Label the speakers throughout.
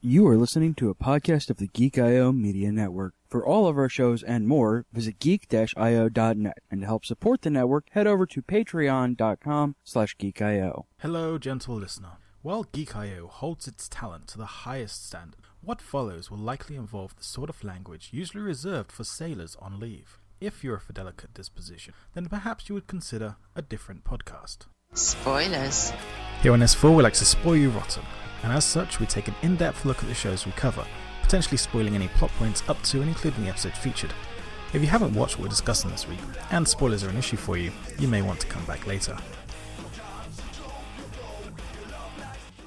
Speaker 1: You are listening to a podcast of the Geek IO Media Network. For all of our shows and more, visit geek-io.net. And to help support the network, head over to patreon.com slash geekio.
Speaker 2: Hello, gentle listener. While Geek.io holds its talent to the highest standard, what follows will likely involve the sort of language usually reserved for sailors on leave. If you're of a delicate disposition, then perhaps you would consider a different podcast.
Speaker 3: Spoilers.
Speaker 2: Here on S4, we like to spoil you rotten, and as such, we take an in depth look at the shows we cover, potentially spoiling any plot points up to and including the episode featured. If you haven't watched what we're discussing this week, and spoilers are an issue for you, you may want to come back later.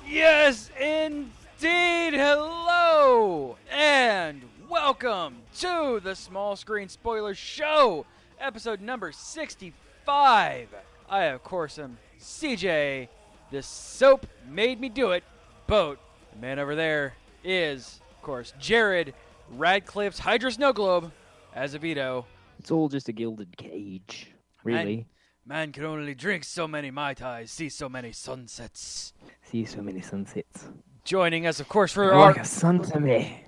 Speaker 1: Yes, indeed! Hello! And welcome to the Small Screen Spoiler Show, episode number 65. I, of course, am CJ. The soap made me do it. Boat. The man over there is, of course, Jared Radcliffe's Hydra Snow Globe as a veto.
Speaker 4: It's all just a gilded cage, really.
Speaker 1: Man can only drink so many Mai Tais, see so many sunsets.
Speaker 4: See so many sunsets. Oh,
Speaker 1: Joining us, of course, for
Speaker 4: You're
Speaker 1: our
Speaker 4: like a sun to me.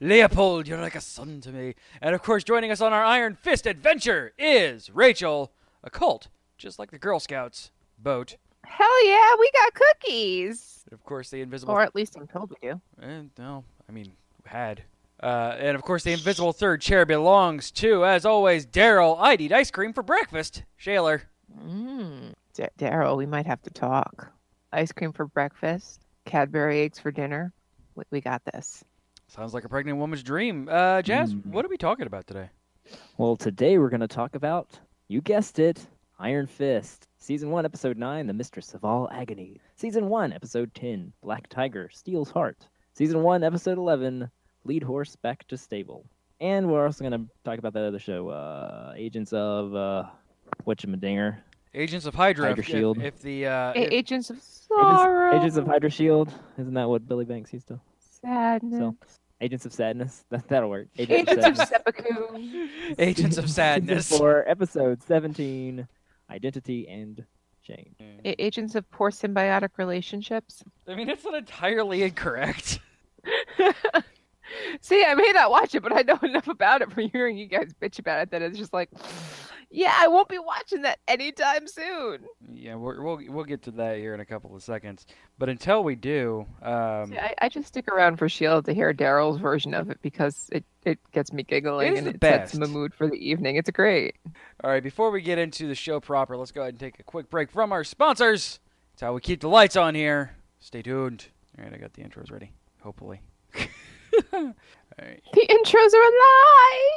Speaker 1: Leopold, you're like a son to me. And of course, joining us on our Iron Fist adventure is Rachel, a cult, just like the Girl Scouts boat.
Speaker 5: Hell yeah, we got cookies.
Speaker 1: And of course, the invisible.
Speaker 5: Or at least I'm told we do.
Speaker 1: Eh, no, I mean, had. Uh, and of course, the invisible third chair belongs to, as always, Daryl. I'd eat ice cream for breakfast. Shaler.
Speaker 5: Mm. D- Daryl, we might have to talk. Ice cream for breakfast, Cadbury eggs for dinner. We, we got this.
Speaker 1: Sounds like a pregnant woman's dream. Uh, Jazz,
Speaker 4: Mm.
Speaker 1: what are we talking about today?
Speaker 4: Well, today we're going to talk about, you guessed it, Iron Fist. Season 1, Episode 9, The Mistress of All Agony. Season 1, Episode 10, Black Tiger Steals Heart. Season 1, Episode 11, Lead Horse Back to Stable. And we're also going to talk about that other show, uh, Agents of, uh, whatchamadinger?
Speaker 1: Agents of Hydra.
Speaker 4: Hydra
Speaker 1: if,
Speaker 4: Shield.
Speaker 1: If, if the uh,
Speaker 5: A-
Speaker 1: if-
Speaker 5: Agents of
Speaker 4: Agents,
Speaker 5: Sorrow.
Speaker 4: Agents of Hydra Shield. Isn't that what Billy Banks used to?
Speaker 5: Sadness.
Speaker 4: So, Agents of Sadness. That, that'll work.
Speaker 5: Mm-hmm. Agents of Seppuku.
Speaker 1: Agents of Sadness.
Speaker 4: For episode 17, Identity and Shame.
Speaker 5: A- Agents of Poor Symbiotic Relationships.
Speaker 1: I mean, that's not entirely incorrect.
Speaker 5: See, I may not watch it, but I know enough about it from hearing you guys bitch about it that it's just like, yeah, I won't be watching that anytime soon.
Speaker 1: Yeah, we're, we'll we'll get to that here in a couple of seconds. But until we do, um,
Speaker 5: See, I, I just stick around for Shield to hear Daryl's version of it because it, it gets me giggling
Speaker 1: It is
Speaker 5: and
Speaker 1: the
Speaker 5: it sets
Speaker 1: best.
Speaker 5: the mood for the evening. It's great.
Speaker 1: all right. Before we get into the show proper, let's go ahead and take a quick break from our sponsors. It's how we keep the lights on here. Stay tuned. All right, I got the intros ready. Hopefully. all right.
Speaker 5: The intros are a lie.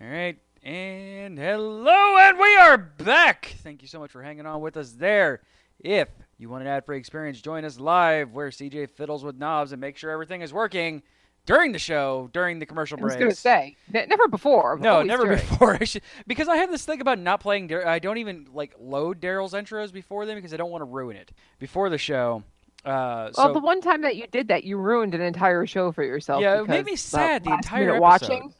Speaker 1: All right. And hello, and we are back. Thank you so much for hanging on with us there. If you want an ad free experience, join us live where CJ fiddles with knobs and make sure everything is working during the show, during the commercial
Speaker 5: I was
Speaker 1: breaks.
Speaker 5: going to say, ne- never before.
Speaker 1: No,
Speaker 5: always
Speaker 1: never
Speaker 5: during.
Speaker 1: before. I should, because I have this thing about not playing. Dar- I don't even like load Daryl's intros before them because I don't want to ruin it before the show. Uh,
Speaker 5: Well,
Speaker 1: so
Speaker 5: the one time that you did that, you ruined an entire show for yourself.
Speaker 1: Yeah, it made
Speaker 5: because
Speaker 1: me
Speaker 5: of
Speaker 1: sad the
Speaker 5: last
Speaker 1: entire
Speaker 5: minute
Speaker 1: episode.
Speaker 5: watching.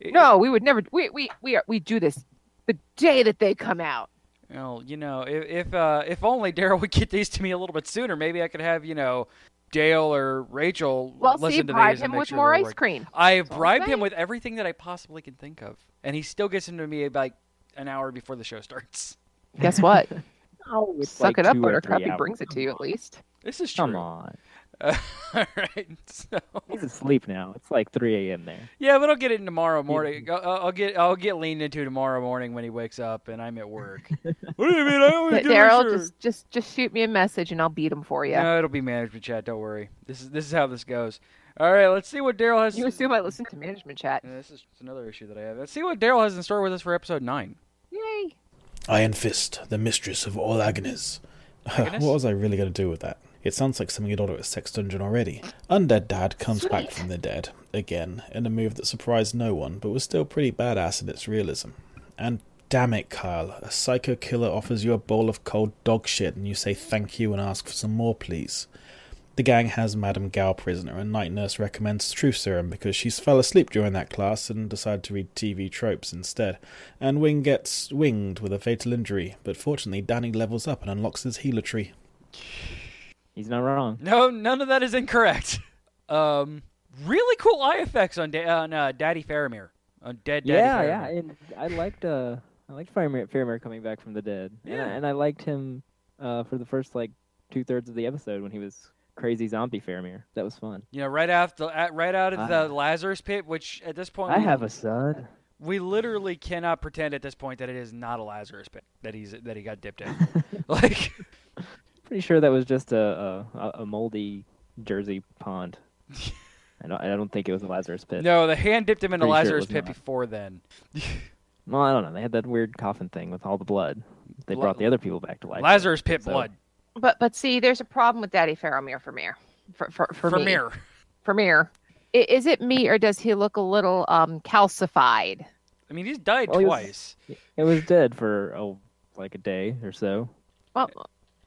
Speaker 1: It-
Speaker 5: No, we would never. We we we are, we do this the day that they come out.
Speaker 1: Well, you know, if if, uh, if only Daryl would get these to me a little bit sooner, maybe I could have you know Dale or Rachel
Speaker 5: Well, see,
Speaker 1: listen to
Speaker 5: bribe
Speaker 1: these and
Speaker 5: him
Speaker 1: make
Speaker 5: with
Speaker 1: sure
Speaker 5: more
Speaker 1: they're
Speaker 5: ice
Speaker 1: working.
Speaker 5: cream.
Speaker 1: I
Speaker 5: all I'm
Speaker 1: bribed him
Speaker 5: saying.
Speaker 1: with everything that I possibly can think of, and he still gets into me about like, an hour before the show starts.
Speaker 5: Guess what?
Speaker 4: Oh,
Speaker 5: Suck it up, Buttercup. He brings it to you at least.
Speaker 1: This is true.
Speaker 4: Come on.
Speaker 1: Uh, all right. So
Speaker 4: He's asleep now. It's like 3 a.m. there.
Speaker 1: yeah, but I'll get it in tomorrow morning. I'll, I'll get I'll get leaned into tomorrow morning when he wakes up and I'm at work. what do you mean? I always
Speaker 5: But
Speaker 1: do this
Speaker 5: Daryl,
Speaker 1: here.
Speaker 5: just just just shoot me a message and I'll beat him for you.
Speaker 1: No, it'll be management chat. Don't worry. This is this is how this goes. All right, let's see what Daryl has.
Speaker 5: You assume I listen to management chat.
Speaker 1: Yeah, this is it's another issue that I have. Let's see what Daryl has in store with us for episode nine.
Speaker 5: Yay!
Speaker 2: Iron Fist, the mistress of all agonies.
Speaker 1: Agonies?
Speaker 6: what was I really going to do with that? It sounds like something you'd order at Sex Dungeon already. Undead Dad comes back from the dead, again, in a move that surprised no one, but was still pretty badass in its realism. And damn it, Kyle, a psycho killer offers you a bowl of cold dog shit and you say thank you and ask for some more, please. The gang has Madame Gao prisoner, and Night Nurse recommends truth serum because she fell asleep during that class and decided to read TV tropes instead. And Wing gets winged with a fatal injury, but fortunately, Danny levels up and unlocks his healer tree.
Speaker 4: He's not wrong.
Speaker 1: No, none of that is incorrect. Um, really cool eye effects on da- on uh, Daddy Faramir. On Dead Daddy
Speaker 4: yeah,
Speaker 1: Faramir.
Speaker 4: yeah. And I liked uh, I liked Faramir, Faramir coming back from the dead. And, I,
Speaker 1: Yeah.
Speaker 4: and I liked him uh, for the first like two thirds of the episode when he was crazy zombie Faramir. That was fun.
Speaker 1: You know, right after, at- right out of
Speaker 4: Ah.
Speaker 1: the Lazarus pit, which at this point
Speaker 4: I
Speaker 1: we-
Speaker 4: have a son.
Speaker 1: we literally cannot pretend at this point that it is not a Lazarus pit that he's that he got dipped in. like,
Speaker 4: Pretty sure that was just a a, a- a moldy Jersey pond. I don't, I don't think it was a Lazarus pit.
Speaker 1: no, the hand dipped him in a
Speaker 4: Pretty sure it
Speaker 1: Lazarus
Speaker 4: was
Speaker 1: pit
Speaker 4: not.
Speaker 1: before then.
Speaker 4: Well, I don't know. They had that weird coffin thing with all the blood. They
Speaker 1: La-
Speaker 4: brought the other people back to life.
Speaker 1: Lazarus pit
Speaker 4: So-
Speaker 1: blood
Speaker 5: But but see, there's a problem with Daddy Faramir for Mir. For for for,
Speaker 1: for
Speaker 5: me.
Speaker 1: Mir.
Speaker 5: For Mir. I- Is it me or does he look a little um calcified?
Speaker 1: I mean, he's died
Speaker 4: Well, he was-
Speaker 1: twice.
Speaker 4: It was dead for oh, like a day or so.
Speaker 5: Well,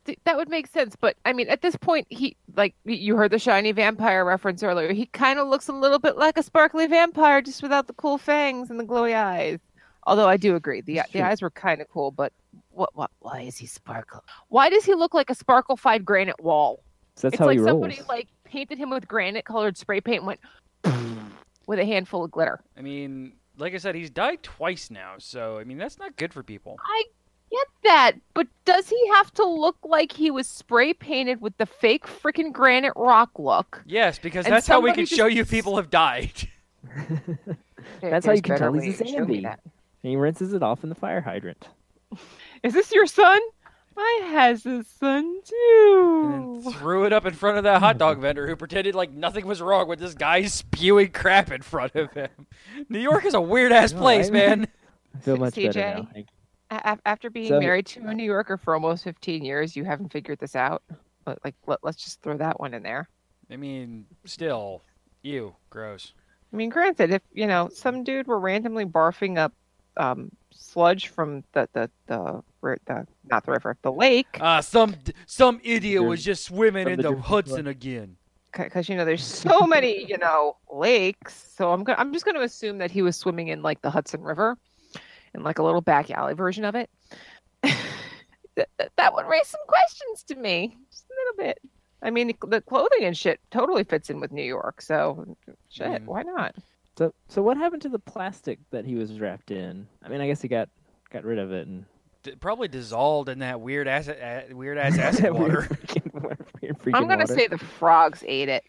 Speaker 5: th- that would make sense, but I mean, at this point, he like y- you heard the shiny vampire reference earlier. He kind of looks a little bit like a sparkly vampire, just without the cool fangs and the glowy eyes. Although I do agree, the
Speaker 4: That's
Speaker 5: the
Speaker 4: true.
Speaker 5: eyes were kind of cool, but what what why is he sparkle? Why does he look like a sparklified granite wall?
Speaker 4: So that's
Speaker 5: it's
Speaker 4: how
Speaker 5: like
Speaker 4: he rolls.
Speaker 5: somebody like painted him with granite colored spray paint and went with a handful of glitter.
Speaker 1: I mean, like I said, he's died twice now. So I mean, that's not good for people.
Speaker 5: I get that, but does he have to look like he was spray painted with the fake freaking granite rock look?
Speaker 1: Yes, because
Speaker 5: And
Speaker 1: that's how we
Speaker 5: somebody
Speaker 1: can
Speaker 5: just-
Speaker 1: show you people have died.
Speaker 5: There-
Speaker 4: how you
Speaker 5: there's
Speaker 4: can
Speaker 5: better
Speaker 4: tell he's
Speaker 5: ways.
Speaker 4: a
Speaker 5: Show me
Speaker 4: zombie.
Speaker 5: that.
Speaker 4: And he rinses it off in the fire hydrant.
Speaker 5: Is this your son? I has a son
Speaker 1: and then
Speaker 5: too.
Speaker 1: threw it up in front of that hot dog vendor who pretended like nothing was wrong with this guy spewing crap in front of him. New York is a weird ass
Speaker 4: know,
Speaker 1: place,
Speaker 4: right?
Speaker 1: man.
Speaker 4: I feel much
Speaker 5: CJ?
Speaker 4: better now. Like,
Speaker 5: A- af- After being
Speaker 4: So-
Speaker 5: married to a New Yorker for almost 15 years, you haven't figured this out. But like, let, let's just throw that one in there.
Speaker 1: I mean, still, ew, gross.
Speaker 5: I mean, granted, if you know some dude were randomly barfing up um, sludge from the the, the ri- the not the river, the lake,
Speaker 1: Ah, some some idiot
Speaker 4: There's
Speaker 1: was just swimming
Speaker 4: some
Speaker 1: in the
Speaker 4: different-
Speaker 1: Hudson again.
Speaker 5: because you know there's so many you know lakes. So I'm gonna I'm just gonna assume that he was swimming in like the Hudson River, in like a little back alley version of it. that, that- that would raise some questions to me, just a little bit. I mean, the clothing and shit totally fits in with New York, so shit,
Speaker 1: Mm.
Speaker 5: why not?
Speaker 4: So, so what happened to the plastic that he was wrapped in? I mean, I guess he got got rid of it and
Speaker 1: D- probably dissolved in that weird ass a- weird ass acid
Speaker 4: That weird
Speaker 1: water.
Speaker 4: freaking water- weird
Speaker 5: I'm
Speaker 4: freaking
Speaker 5: gonna
Speaker 4: water.
Speaker 5: say the frogs ate it,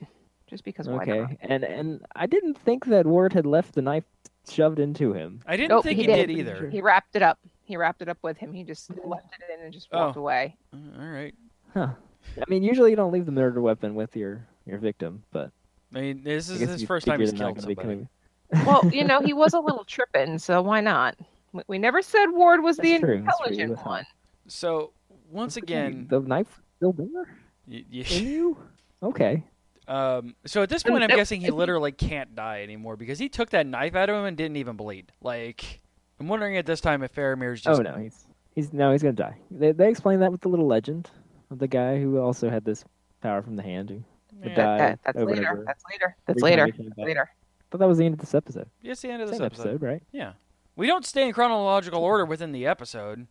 Speaker 5: just because why
Speaker 4: okay.
Speaker 5: not?
Speaker 4: And and I didn't think that Ward had left the knife shoved into him.
Speaker 1: I didn't
Speaker 5: Nope,
Speaker 1: think
Speaker 5: he
Speaker 1: he did,
Speaker 5: did.
Speaker 1: either.
Speaker 5: He wrapped it up. He wrapped it up with him. He just left it in and just walked
Speaker 1: Oh.
Speaker 5: away.
Speaker 1: All right.
Speaker 4: Huh. I mean, usually you don't leave the murder weapon with your your victim, but
Speaker 1: I mean, this
Speaker 4: I
Speaker 1: is
Speaker 4: guess
Speaker 1: his
Speaker 4: you
Speaker 1: first time
Speaker 4: figure
Speaker 1: he's
Speaker 4: they're not
Speaker 1: killed
Speaker 4: gonna be
Speaker 1: somebody.
Speaker 4: coming-
Speaker 5: Well, you know, he was a little tripping, so why not? We, we never said Ward was the
Speaker 4: That's true, that's true,
Speaker 5: intelligent
Speaker 4: that's
Speaker 5: one.
Speaker 1: So once again,
Speaker 4: the knife still there
Speaker 1: y- y-
Speaker 4: in you? Okay.
Speaker 1: Um, so at this
Speaker 5: And
Speaker 1: point, I'm
Speaker 5: that-
Speaker 1: guessing he literally can't die anymore because he took that knife out of him and didn't even bleed. Like, I'm wondering at this time if Faramir's just.
Speaker 4: Oh no, he's he's no, he's gonna die. They they explained that with the little legend of the guy who also had this power from the hand who would
Speaker 1: Yeah.
Speaker 5: That,
Speaker 4: die
Speaker 5: that, that's
Speaker 4: over and
Speaker 5: later.
Speaker 4: over
Speaker 5: That's later. That's
Speaker 4: every time
Speaker 5: later.
Speaker 4: he came back.
Speaker 5: Later.
Speaker 4: But that was the end of this episode.
Speaker 1: It's the end of this
Speaker 4: Same
Speaker 1: episode.
Speaker 4: episode, right?
Speaker 1: Yeah. We don't stay in chronological order within the episode.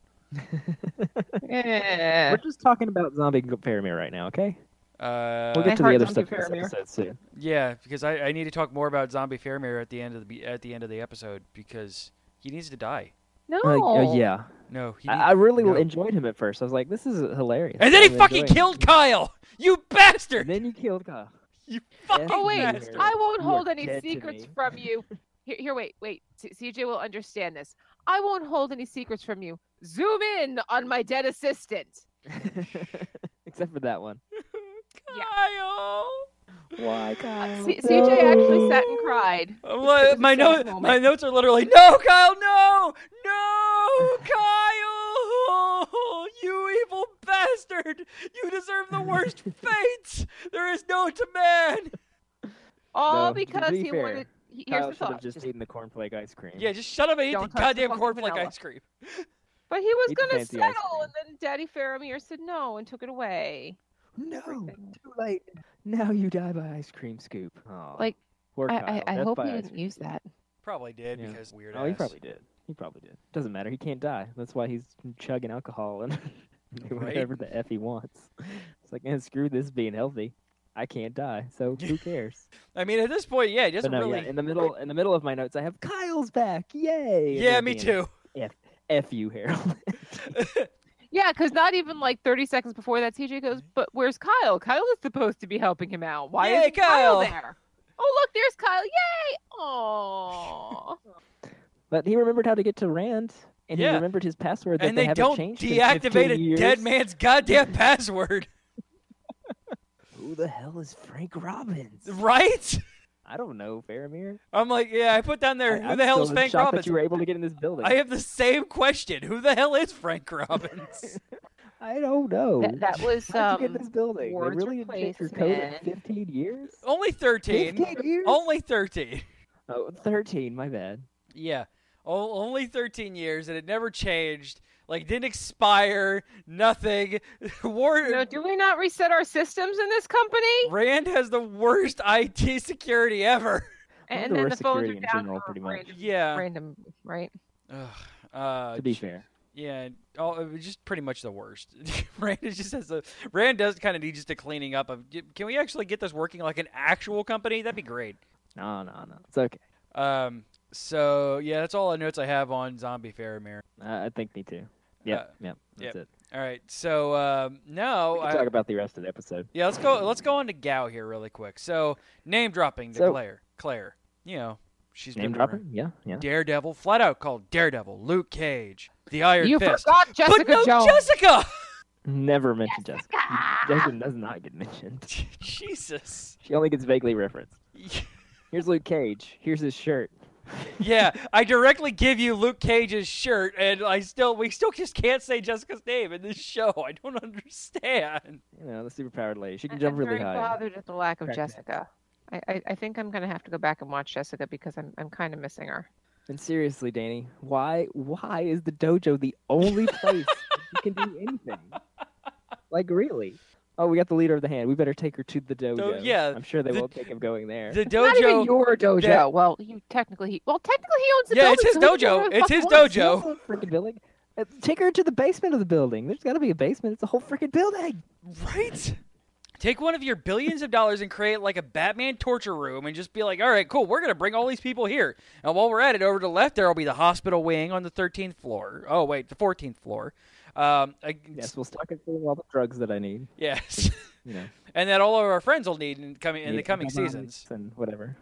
Speaker 5: Yeah.
Speaker 4: We're just talking about zombie Faramir right now, okay?
Speaker 1: Uh,
Speaker 4: We'll get
Speaker 5: My
Speaker 4: to the
Speaker 5: heart
Speaker 4: other
Speaker 5: zombie
Speaker 4: stuff in this
Speaker 5: Faramir.
Speaker 4: episode soon.
Speaker 1: yeah, because I, I need to talk more about Zombie Faramir at the end of the at the end of the episode because he needs to die.
Speaker 5: No.
Speaker 4: Uh, oh, yeah,
Speaker 1: No, he.
Speaker 4: I, I really
Speaker 1: no.
Speaker 4: enjoyed him at first. I was like, "This is hilarious."
Speaker 1: and then he
Speaker 4: I'm
Speaker 1: fucking
Speaker 4: enjoying
Speaker 1: killed Kyle. You
Speaker 4: it.
Speaker 1: bastard!
Speaker 4: And then you killed Kyle.
Speaker 1: You
Speaker 4: fucking
Speaker 5: Oh wait,
Speaker 1: bastard.
Speaker 5: I won't
Speaker 4: You are
Speaker 5: hold any
Speaker 4: dead to
Speaker 5: secrets
Speaker 4: me.
Speaker 5: from you. Here, here, wait, wait. C- CJ will understand this. I won't hold any secrets from you. Zoom in on my dead assistant.
Speaker 4: Except for that one.
Speaker 5: Yeah.
Speaker 1: Kyle.
Speaker 4: Why, Kyle?
Speaker 5: Uh, C- CJ actually sat and cried.
Speaker 1: I'm li-
Speaker 5: was a
Speaker 1: my
Speaker 5: sad
Speaker 1: note,
Speaker 5: moment.
Speaker 1: my notes are literally no, Kyle, no, no, Kyle, you evil bastard! You deserve the worst fate. There is no to man.
Speaker 5: All
Speaker 4: No, to
Speaker 5: because
Speaker 4: be
Speaker 5: he
Speaker 4: fair,
Speaker 5: wanted. he- Here's
Speaker 4: Kyle
Speaker 5: the
Speaker 4: should have
Speaker 5: thought.
Speaker 4: just
Speaker 5: just-
Speaker 4: eaten the cornflake ice cream.
Speaker 1: Yeah, just shut up and eat
Speaker 5: Don't
Speaker 1: the
Speaker 5: touch the
Speaker 1: goddamn
Speaker 5: fucking
Speaker 1: cornflake
Speaker 5: vanilla.
Speaker 1: ice cream.
Speaker 5: But he was
Speaker 4: Eat the
Speaker 5: gonna
Speaker 4: fancy ice
Speaker 5: settle,
Speaker 4: cream.
Speaker 5: and then Daddy Faramir said no and took it away.
Speaker 4: No,
Speaker 5: Everything.
Speaker 4: too late. Now you die by ice cream scoop. Aw,
Speaker 5: Like,
Speaker 4: poor Kyle.
Speaker 5: I, I, I
Speaker 4: Death
Speaker 5: hope
Speaker 4: by
Speaker 5: he
Speaker 4: ice
Speaker 5: didn't
Speaker 4: cream.
Speaker 5: use that.
Speaker 1: Probably did
Speaker 4: Yeah.
Speaker 1: because weird.
Speaker 4: Oh, he
Speaker 1: ass.
Speaker 4: probably did. He probably did. Doesn't matter. He can't die. That's why he's chugging alcohol and do
Speaker 1: Right.
Speaker 4: whatever the f he wants. It's like, man, screw this being healthy. I can't die, so who cares?
Speaker 1: I mean, at this point, yeah, he doesn't
Speaker 4: but no,
Speaker 1: really.
Speaker 4: yeah, in the middle, in the middle of my notes, I have Kyle's back. Yay! And
Speaker 1: yeah,
Speaker 4: then
Speaker 1: me
Speaker 4: being,
Speaker 1: too.
Speaker 4: F, f you, Harold.
Speaker 5: Yeah, because not even like 30 seconds before that, TJ goes, but where's Kyle? Kyle is supposed to be helping him out. Why
Speaker 1: Yay,
Speaker 5: is Kyle
Speaker 1: Kyle!"
Speaker 5: there? Oh, look, there's Kyle. Yay! Oh.
Speaker 4: but he remembered how to get to Rand, and
Speaker 1: Yeah.
Speaker 4: he remembered his password that
Speaker 1: And
Speaker 4: they,
Speaker 1: they
Speaker 4: haven't
Speaker 1: don't
Speaker 4: changed in 15
Speaker 1: deactivate a
Speaker 4: years.
Speaker 1: dead man's goddamn password,
Speaker 4: Who the hell is Frank Robbins?
Speaker 1: right?
Speaker 4: I don't know, Faramir.
Speaker 1: I'm like, yeah, I put down there.
Speaker 4: I,
Speaker 1: Who
Speaker 4: I'm
Speaker 1: the hell
Speaker 4: still
Speaker 1: is
Speaker 4: in
Speaker 1: Frank
Speaker 4: shock
Speaker 1: Robbins?
Speaker 4: That you were able to get in this building.
Speaker 1: I have the same question. Who the hell is Frank Robbins?
Speaker 4: I don't know.
Speaker 5: That, that was
Speaker 4: How'd
Speaker 5: um,
Speaker 4: you get in this building? They
Speaker 5: Ward's
Speaker 4: really didn't change your code in
Speaker 5: replacement.
Speaker 4: 15 years?
Speaker 1: Only 13.
Speaker 4: 15 years?
Speaker 1: Only 13.
Speaker 4: Oh, 13, my bad.
Speaker 1: Yeah. O- only 13 years, and it never changed. Like, didn't expire. Nothing. War-
Speaker 5: No, do we not reset our systems in this company?
Speaker 1: Rand has the worst IT security ever.
Speaker 4: Well,
Speaker 5: And
Speaker 4: there
Speaker 5: then
Speaker 4: were
Speaker 5: the phones are
Speaker 4: security in
Speaker 5: down
Speaker 4: general,
Speaker 5: for
Speaker 4: pretty much.
Speaker 5: Random,
Speaker 1: Yeah.
Speaker 5: random, right?
Speaker 1: Ugh. Uh,
Speaker 4: to be
Speaker 1: j-
Speaker 4: fair.
Speaker 1: Yeah. All, it was just pretty much the worst. Rand is just has a. Rand does kind of need just a cleaning up of. Can we actually get this working like an actual company? That'd be great.
Speaker 4: No, no, no. It's okay.
Speaker 1: Um. So yeah, that's all the notes I have on Zombie Faramir.
Speaker 4: I I think me too. Yep,
Speaker 1: Uh,
Speaker 4: yep. That's it.
Speaker 1: All right. So um, now
Speaker 4: We can
Speaker 1: I-
Speaker 4: talk about the rest of the episode.
Speaker 1: yeah, let's go. Let's go on to Gao here really quick. So name dropping to
Speaker 4: So-
Speaker 1: Claire. Claire. You know she's been
Speaker 4: Name
Speaker 1: around.
Speaker 4: dropping? Yeah, yeah.
Speaker 1: Daredevil, flat out called Daredevil, Luke Cage, the Iron
Speaker 5: You
Speaker 1: Fist.
Speaker 5: forgot Jessica
Speaker 1: but no
Speaker 5: Jones.
Speaker 1: Jessica.
Speaker 4: Never mention Jessica. Jessica does not get mentioned.
Speaker 1: Jesus.
Speaker 4: She only gets vaguely referenced. Here's Luke Cage. Here's his shirt.
Speaker 1: Yeah, I directly give you Luke Cage's shirt, and I still we still just can't say Jessica's name in this show. I don't understand.
Speaker 4: You know, the superpowered lady. She can
Speaker 5: I-
Speaker 4: jump
Speaker 5: I'm
Speaker 4: really
Speaker 5: very
Speaker 4: high.
Speaker 5: bothered at the lack of
Speaker 4: Crack that.
Speaker 5: Jessica. I, I, I think I'm gonna have to go back and watch Jessica because I'm I'm kind of missing her.
Speaker 4: And seriously, Danny, why why is the dojo the only place that you can do anything? Like really? Oh, we got the leader of the hand. We better take her to the dojo.
Speaker 1: yeah,
Speaker 4: I'm sure they
Speaker 1: the-
Speaker 4: won't take him going there.
Speaker 1: The
Speaker 5: Not even
Speaker 1: dojo.
Speaker 5: your dojo.
Speaker 1: that-
Speaker 5: Well, you technically he well technically he owns the
Speaker 1: Yeah,
Speaker 5: building.
Speaker 1: it's his
Speaker 5: so he can do
Speaker 1: dojo.
Speaker 5: whatever the
Speaker 1: It's
Speaker 5: fuck he
Speaker 1: his
Speaker 5: wants.
Speaker 1: dojo.
Speaker 4: It's a freaking building. Uh, Take her to the basement of the building. There's got to be a basement. It's a whole freaking building.
Speaker 1: Right? Take one of your billions of dollars and create like a Batman torture room and just be like, all right, cool, we're going to bring all these people here. And while we're at it, over to the left, there will be the hospital wing on the 13th floor. Oh, wait, the 14th floor. Um, I,
Speaker 4: Yes, we'll stock it full of all the drugs that I need.
Speaker 1: Yes.
Speaker 4: You know,
Speaker 1: and that all of our friends will need in coming in the
Speaker 4: need
Speaker 1: coming
Speaker 4: antibiotics
Speaker 1: seasons. Eh?
Speaker 4: and whatever.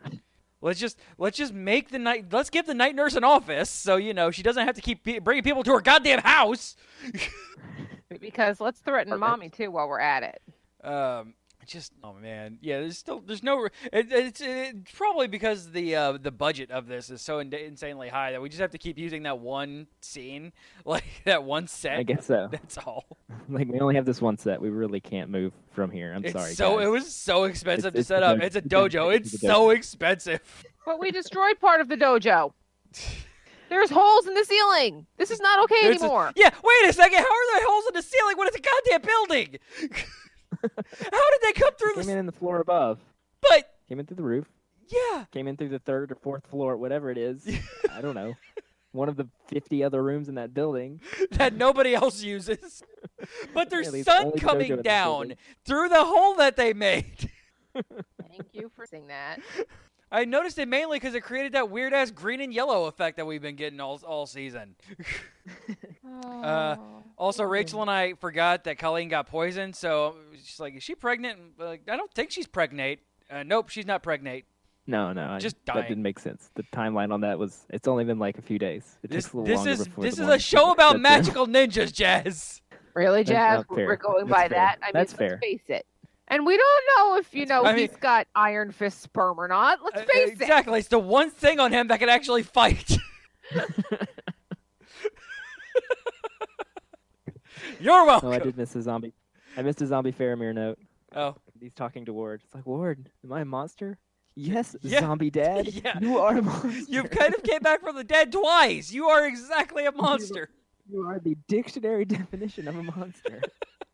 Speaker 1: Let's just let's just make the night. Let's give the night nurse an office, so you know she doesn't have to keep pe- bringing people to her goddamn house.
Speaker 5: Because let's threaten mommy too while we're at it.
Speaker 1: Um, just oh man, yeah. There's still there's no. It, it's it's probably because the uh, the budget of this is so in- insanely high that we just have to keep using that one scene, like that one set.
Speaker 4: I guess so.
Speaker 1: that's all.
Speaker 4: Like we only have this one set. We really can't move from here. I'm
Speaker 1: it's
Speaker 4: sorry.
Speaker 1: so
Speaker 4: guys.
Speaker 1: it was so expensive
Speaker 4: It's-
Speaker 1: to
Speaker 4: it's
Speaker 1: set
Speaker 4: the
Speaker 1: up.
Speaker 4: dojo.
Speaker 1: It's a dojo.
Speaker 4: It's a- it's
Speaker 1: It's
Speaker 4: a dojo.
Speaker 1: so expensive.
Speaker 5: But we destroyed part of the dojo. There's holes in the ceiling. This is not okay
Speaker 1: It's a-
Speaker 5: anymore.
Speaker 1: yeah. Wait a second. How are there holes in the ceiling when it's a goddamn building? How did they come through the?
Speaker 4: came
Speaker 1: s-
Speaker 4: in in the floor above.
Speaker 1: But
Speaker 4: Came in through the roof.
Speaker 1: yeah.
Speaker 4: came in through the third or fourth floor, whatever it is. I don't know. One of the 50 other rooms in that building.
Speaker 1: that nobody else uses. But there's
Speaker 4: Yeah, these
Speaker 1: sun
Speaker 4: only dojo in
Speaker 1: coming
Speaker 4: the
Speaker 1: down
Speaker 4: building.
Speaker 1: through the hole that they made.
Speaker 5: Thank you for saying that.
Speaker 1: I noticed it mainly because it created that weird ass green and yellow effect that we've been getting all all season.
Speaker 5: Oh.
Speaker 1: Uh,
Speaker 4: Oh,
Speaker 1: Also, Rachel and I forgot that Colleen got poisoned, so she's like, "Is she pregnant?" And we're Like, I don't think she's pregnant. Uh, nope, she's not pregnant.
Speaker 4: No, no, I,
Speaker 1: Just
Speaker 4: that
Speaker 1: dying.
Speaker 4: didn't make sense. The timeline on that was it's only been like a few days. It
Speaker 1: This
Speaker 4: takes a little
Speaker 1: this
Speaker 4: longer
Speaker 1: is
Speaker 4: before
Speaker 1: this
Speaker 4: the
Speaker 1: is a
Speaker 4: one-
Speaker 1: show about
Speaker 4: That's it.
Speaker 1: magical ninjas, Jazz.
Speaker 5: Really,
Speaker 4: That's
Speaker 5: Jazz?
Speaker 4: not fair.
Speaker 5: We're going
Speaker 4: That's
Speaker 5: by
Speaker 4: fair.
Speaker 5: that. I mean,
Speaker 4: That's
Speaker 5: let's
Speaker 4: fair.
Speaker 5: face it. And we don't know if you know
Speaker 1: I mean-
Speaker 5: he's got Iron Fist sperm or not. Let's
Speaker 1: Uh,
Speaker 5: face it.
Speaker 1: exactly, it's the one thing on him that can actually fight. You're welcome.
Speaker 4: No, I did miss a zombie. I missed a zombie Faramir note.
Speaker 1: Oh,
Speaker 4: He's talking to Ward. It's like, Ward, am I a monster? Yes,
Speaker 1: Yeah.
Speaker 4: zombie dad.
Speaker 1: Yeah.
Speaker 4: You are a monster.
Speaker 1: you've kind of came back from the dead twice. You are exactly a monster.
Speaker 4: You are the dictionary definition of a monster.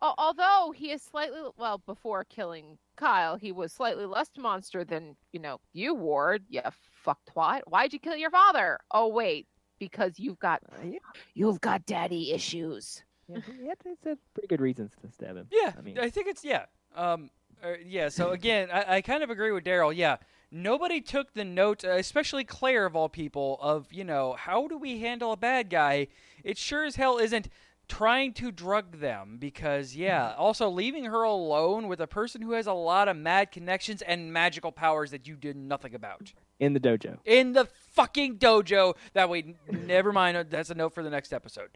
Speaker 5: Al- although he is slightly well before killing Kyle, he was slightly less monster than you know you Ward. You fucktwat. Why'd you kill your father? Oh wait, because you've got
Speaker 4: Uh, yeah.
Speaker 5: you've got daddy issues.
Speaker 4: Yeah, he he had, he had pretty good reasons to stab him.
Speaker 1: Yeah,
Speaker 4: I
Speaker 1: I,
Speaker 4: mean,
Speaker 1: think it's yeah. Um, uh, yeah. So again, I, I kind of agree with Daryl. Yeah, nobody took the note, uh, especially Claire of all people, of you know how do we handle a bad guy? It sure as hell isn't trying to drug them because yeah.
Speaker 4: Mm-hmm.
Speaker 1: Also leaving her alone with a person who has a lot of mad connections and magical powers that you did nothing about
Speaker 4: in the dojo.
Speaker 1: in the fucking dojo. That way, never mind. uh, That's a note for the next episode.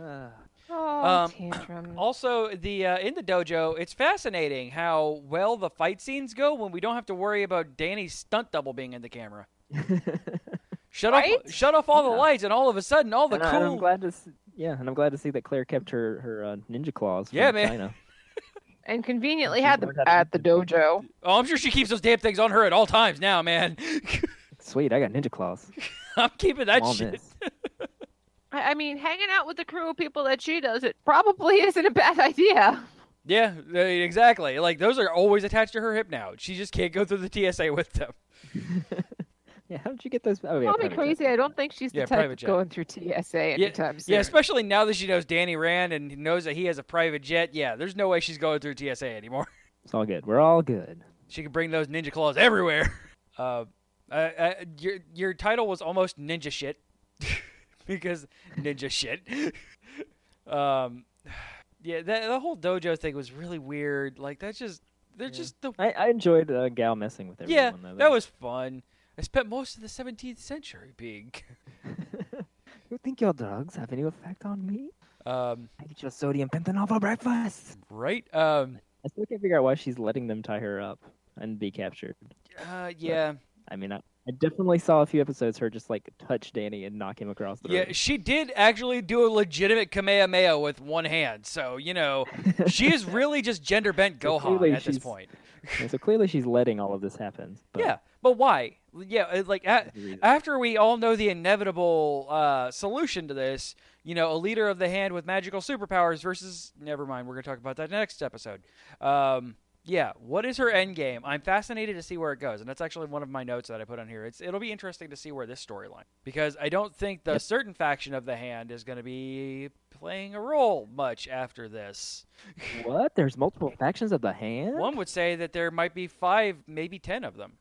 Speaker 1: Ah.
Speaker 5: Oh,
Speaker 1: Um,
Speaker 5: tantrum.
Speaker 1: Also, the uh, in the dojo, it's fascinating how well the fight scenes go when we don't have to worry about Danny's stunt double being in the camera. shut off,
Speaker 5: Right?
Speaker 1: shut off all the lights, and all of a sudden, all the
Speaker 4: and, I, am
Speaker 1: cool.
Speaker 4: glad to see, yeah, and I'm glad to see that Claire kept her her uh, ninja claws.
Speaker 1: Yeah,
Speaker 4: from
Speaker 1: man.
Speaker 4: China.
Speaker 5: and conveniently had them
Speaker 4: Learned how to
Speaker 5: at the
Speaker 4: use
Speaker 5: dojo.
Speaker 1: Oh, I'm sure she keeps those damn things on her at all times now, man.
Speaker 4: Sweet, I got ninja claws.
Speaker 1: I'm keeping that
Speaker 4: All
Speaker 1: shit.
Speaker 4: this.
Speaker 5: I, I mean, hanging out with the crew of people that she does, it probably isn't a bad idea.
Speaker 1: Yeah, they- exactly. Like those are always attached to her hip now. She just can't go through the TSA with them.
Speaker 4: Yeah, how did you get those? Oh, yeah,
Speaker 5: Probably
Speaker 4: private jet.
Speaker 5: crazy. I don't think she's the
Speaker 1: Yeah,
Speaker 5: type
Speaker 1: private
Speaker 5: of
Speaker 1: jet.
Speaker 5: going through TSA anytime soon.
Speaker 1: yeah, especially now that she knows Danny Rand and knows that he has a private jet. Yeah, there's no way she's going through TSA anymore.
Speaker 4: It's all good. We're all good.
Speaker 1: She could bring those ninja claws everywhere. Uh, uh, uh, your your title was almost ninja shit because ninja shit. um, yeah, that the whole dojo thing was really weird. Like that's just they're just the
Speaker 4: I, I enjoyed uh, Gal messing with everyone.
Speaker 1: yeah
Speaker 4: though.
Speaker 1: that was fun. I spent most of the 17th century being.
Speaker 4: You think your drugs have any effect on me?
Speaker 1: Um,
Speaker 4: I get your sodium pentanol for breakfast.
Speaker 1: right? Um,
Speaker 4: I still can't figure out why she's letting them tie her up and be captured.
Speaker 1: uh, yeah.
Speaker 4: I mean, I, I definitely saw a few episodes her just like touch Danny and knock him across the
Speaker 1: Yeah,
Speaker 4: room.
Speaker 1: she did actually do a legitimate Kamehameha with one hand. So, you know, she is really just gender bent
Speaker 4: So
Speaker 1: Gohan
Speaker 4: clearly
Speaker 1: at this
Speaker 4: she's-
Speaker 1: point.
Speaker 4: Yeah. So clearly she's letting all of this happen. But
Speaker 1: yeah, but why? Yeah, it- like a
Speaker 4: the reason.
Speaker 1: after we all know the inevitable uh, solution to this, you know, a leader of the hand with magical superpowers versus. Never mind, we're going to talk about that next episode. Um, yeah, what is her end game? I'm fascinated to see where it goes, and that's actually one of my notes that I put on here. It's it'll be interesting to see where this storyline because I don't think the certain faction of the hand is going to be playing a role much after this.
Speaker 4: What? There's multiple factions of the hand?
Speaker 1: One would say that there might be five, maybe ten of them.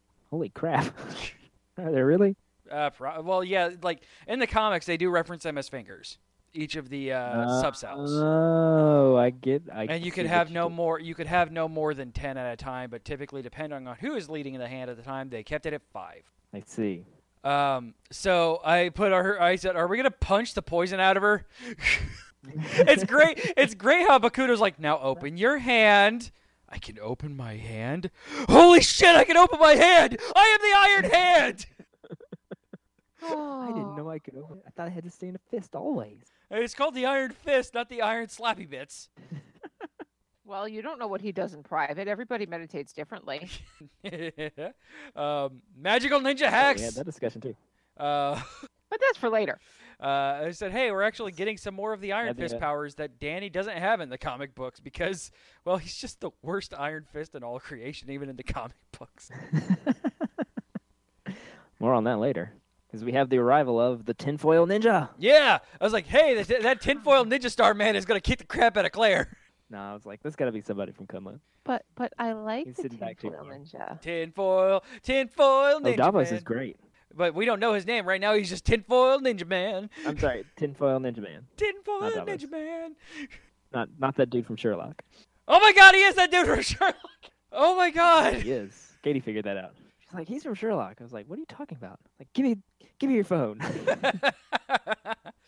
Speaker 4: Holy crap. Are there really?
Speaker 1: Uh, pro- well, yeah, like in the comics, they do reference them as fingers, each of the uh, sub cells.
Speaker 4: Oh, I get. I
Speaker 1: And you
Speaker 4: see
Speaker 1: could
Speaker 4: what
Speaker 1: have
Speaker 4: you
Speaker 1: no
Speaker 4: did.
Speaker 1: more. You could have no more than ten at a time, but typically, depending on who is leading the hand at the time, they kept it at five.
Speaker 4: I see.
Speaker 1: Um, so I put her. I said, "Are we gonna punch the poison out of her?" it's great. It's great how Bakuto's like, "Now open your hand." I can open my hand. Holy shit! I can open my hand. I am the Iron Hand.
Speaker 4: I didn't know I could open. I thought I had to stay in a fist always.
Speaker 1: It's called the Iron Fist, not the Iron Slappy Bits.
Speaker 5: Well, you don't know what he does in private. Everybody meditates differently.
Speaker 1: um, magical ninja
Speaker 4: Oh,
Speaker 1: hacks.
Speaker 4: we had that discussion too.
Speaker 1: uh,
Speaker 5: But that's for later.
Speaker 1: uh, I said, hey, we're actually getting some more of the Iron
Speaker 4: Yeah, the,
Speaker 1: Fist
Speaker 4: uh,
Speaker 1: powers that Danny doesn't have in the comic books because, well, he's just the worst Iron Fist in all creation, even in the comic books.
Speaker 4: More on that later, because we have the arrival of the tinfoil ninja.
Speaker 1: yeah, I was like, hey, that, that tinfoil ninja star man is gonna kick the crap out of Claire.
Speaker 4: No, I was like, this got to be somebody from Kumla.
Speaker 5: But but I like
Speaker 4: He's
Speaker 5: the
Speaker 4: sitting back too
Speaker 5: tinfoil
Speaker 4: far.
Speaker 5: ninja.
Speaker 1: Tinfoil, tinfoil
Speaker 4: Oh,
Speaker 1: ninja
Speaker 4: Davos
Speaker 1: man.
Speaker 4: is great.
Speaker 1: But we don't know his name right now. He's just tinfoil ninja man.
Speaker 4: I'm sorry, tinfoil ninja man.
Speaker 1: Tinfoil
Speaker 4: Not Davos.
Speaker 1: ninja man.
Speaker 4: Not not that dude from Sherlock.
Speaker 1: Oh my god, he is that dude from Sherlock. Oh my god.
Speaker 4: He is. Katie figured that out. She's like, he's from Sherlock. I was like, what are you talking about? Like, give me give me your phone.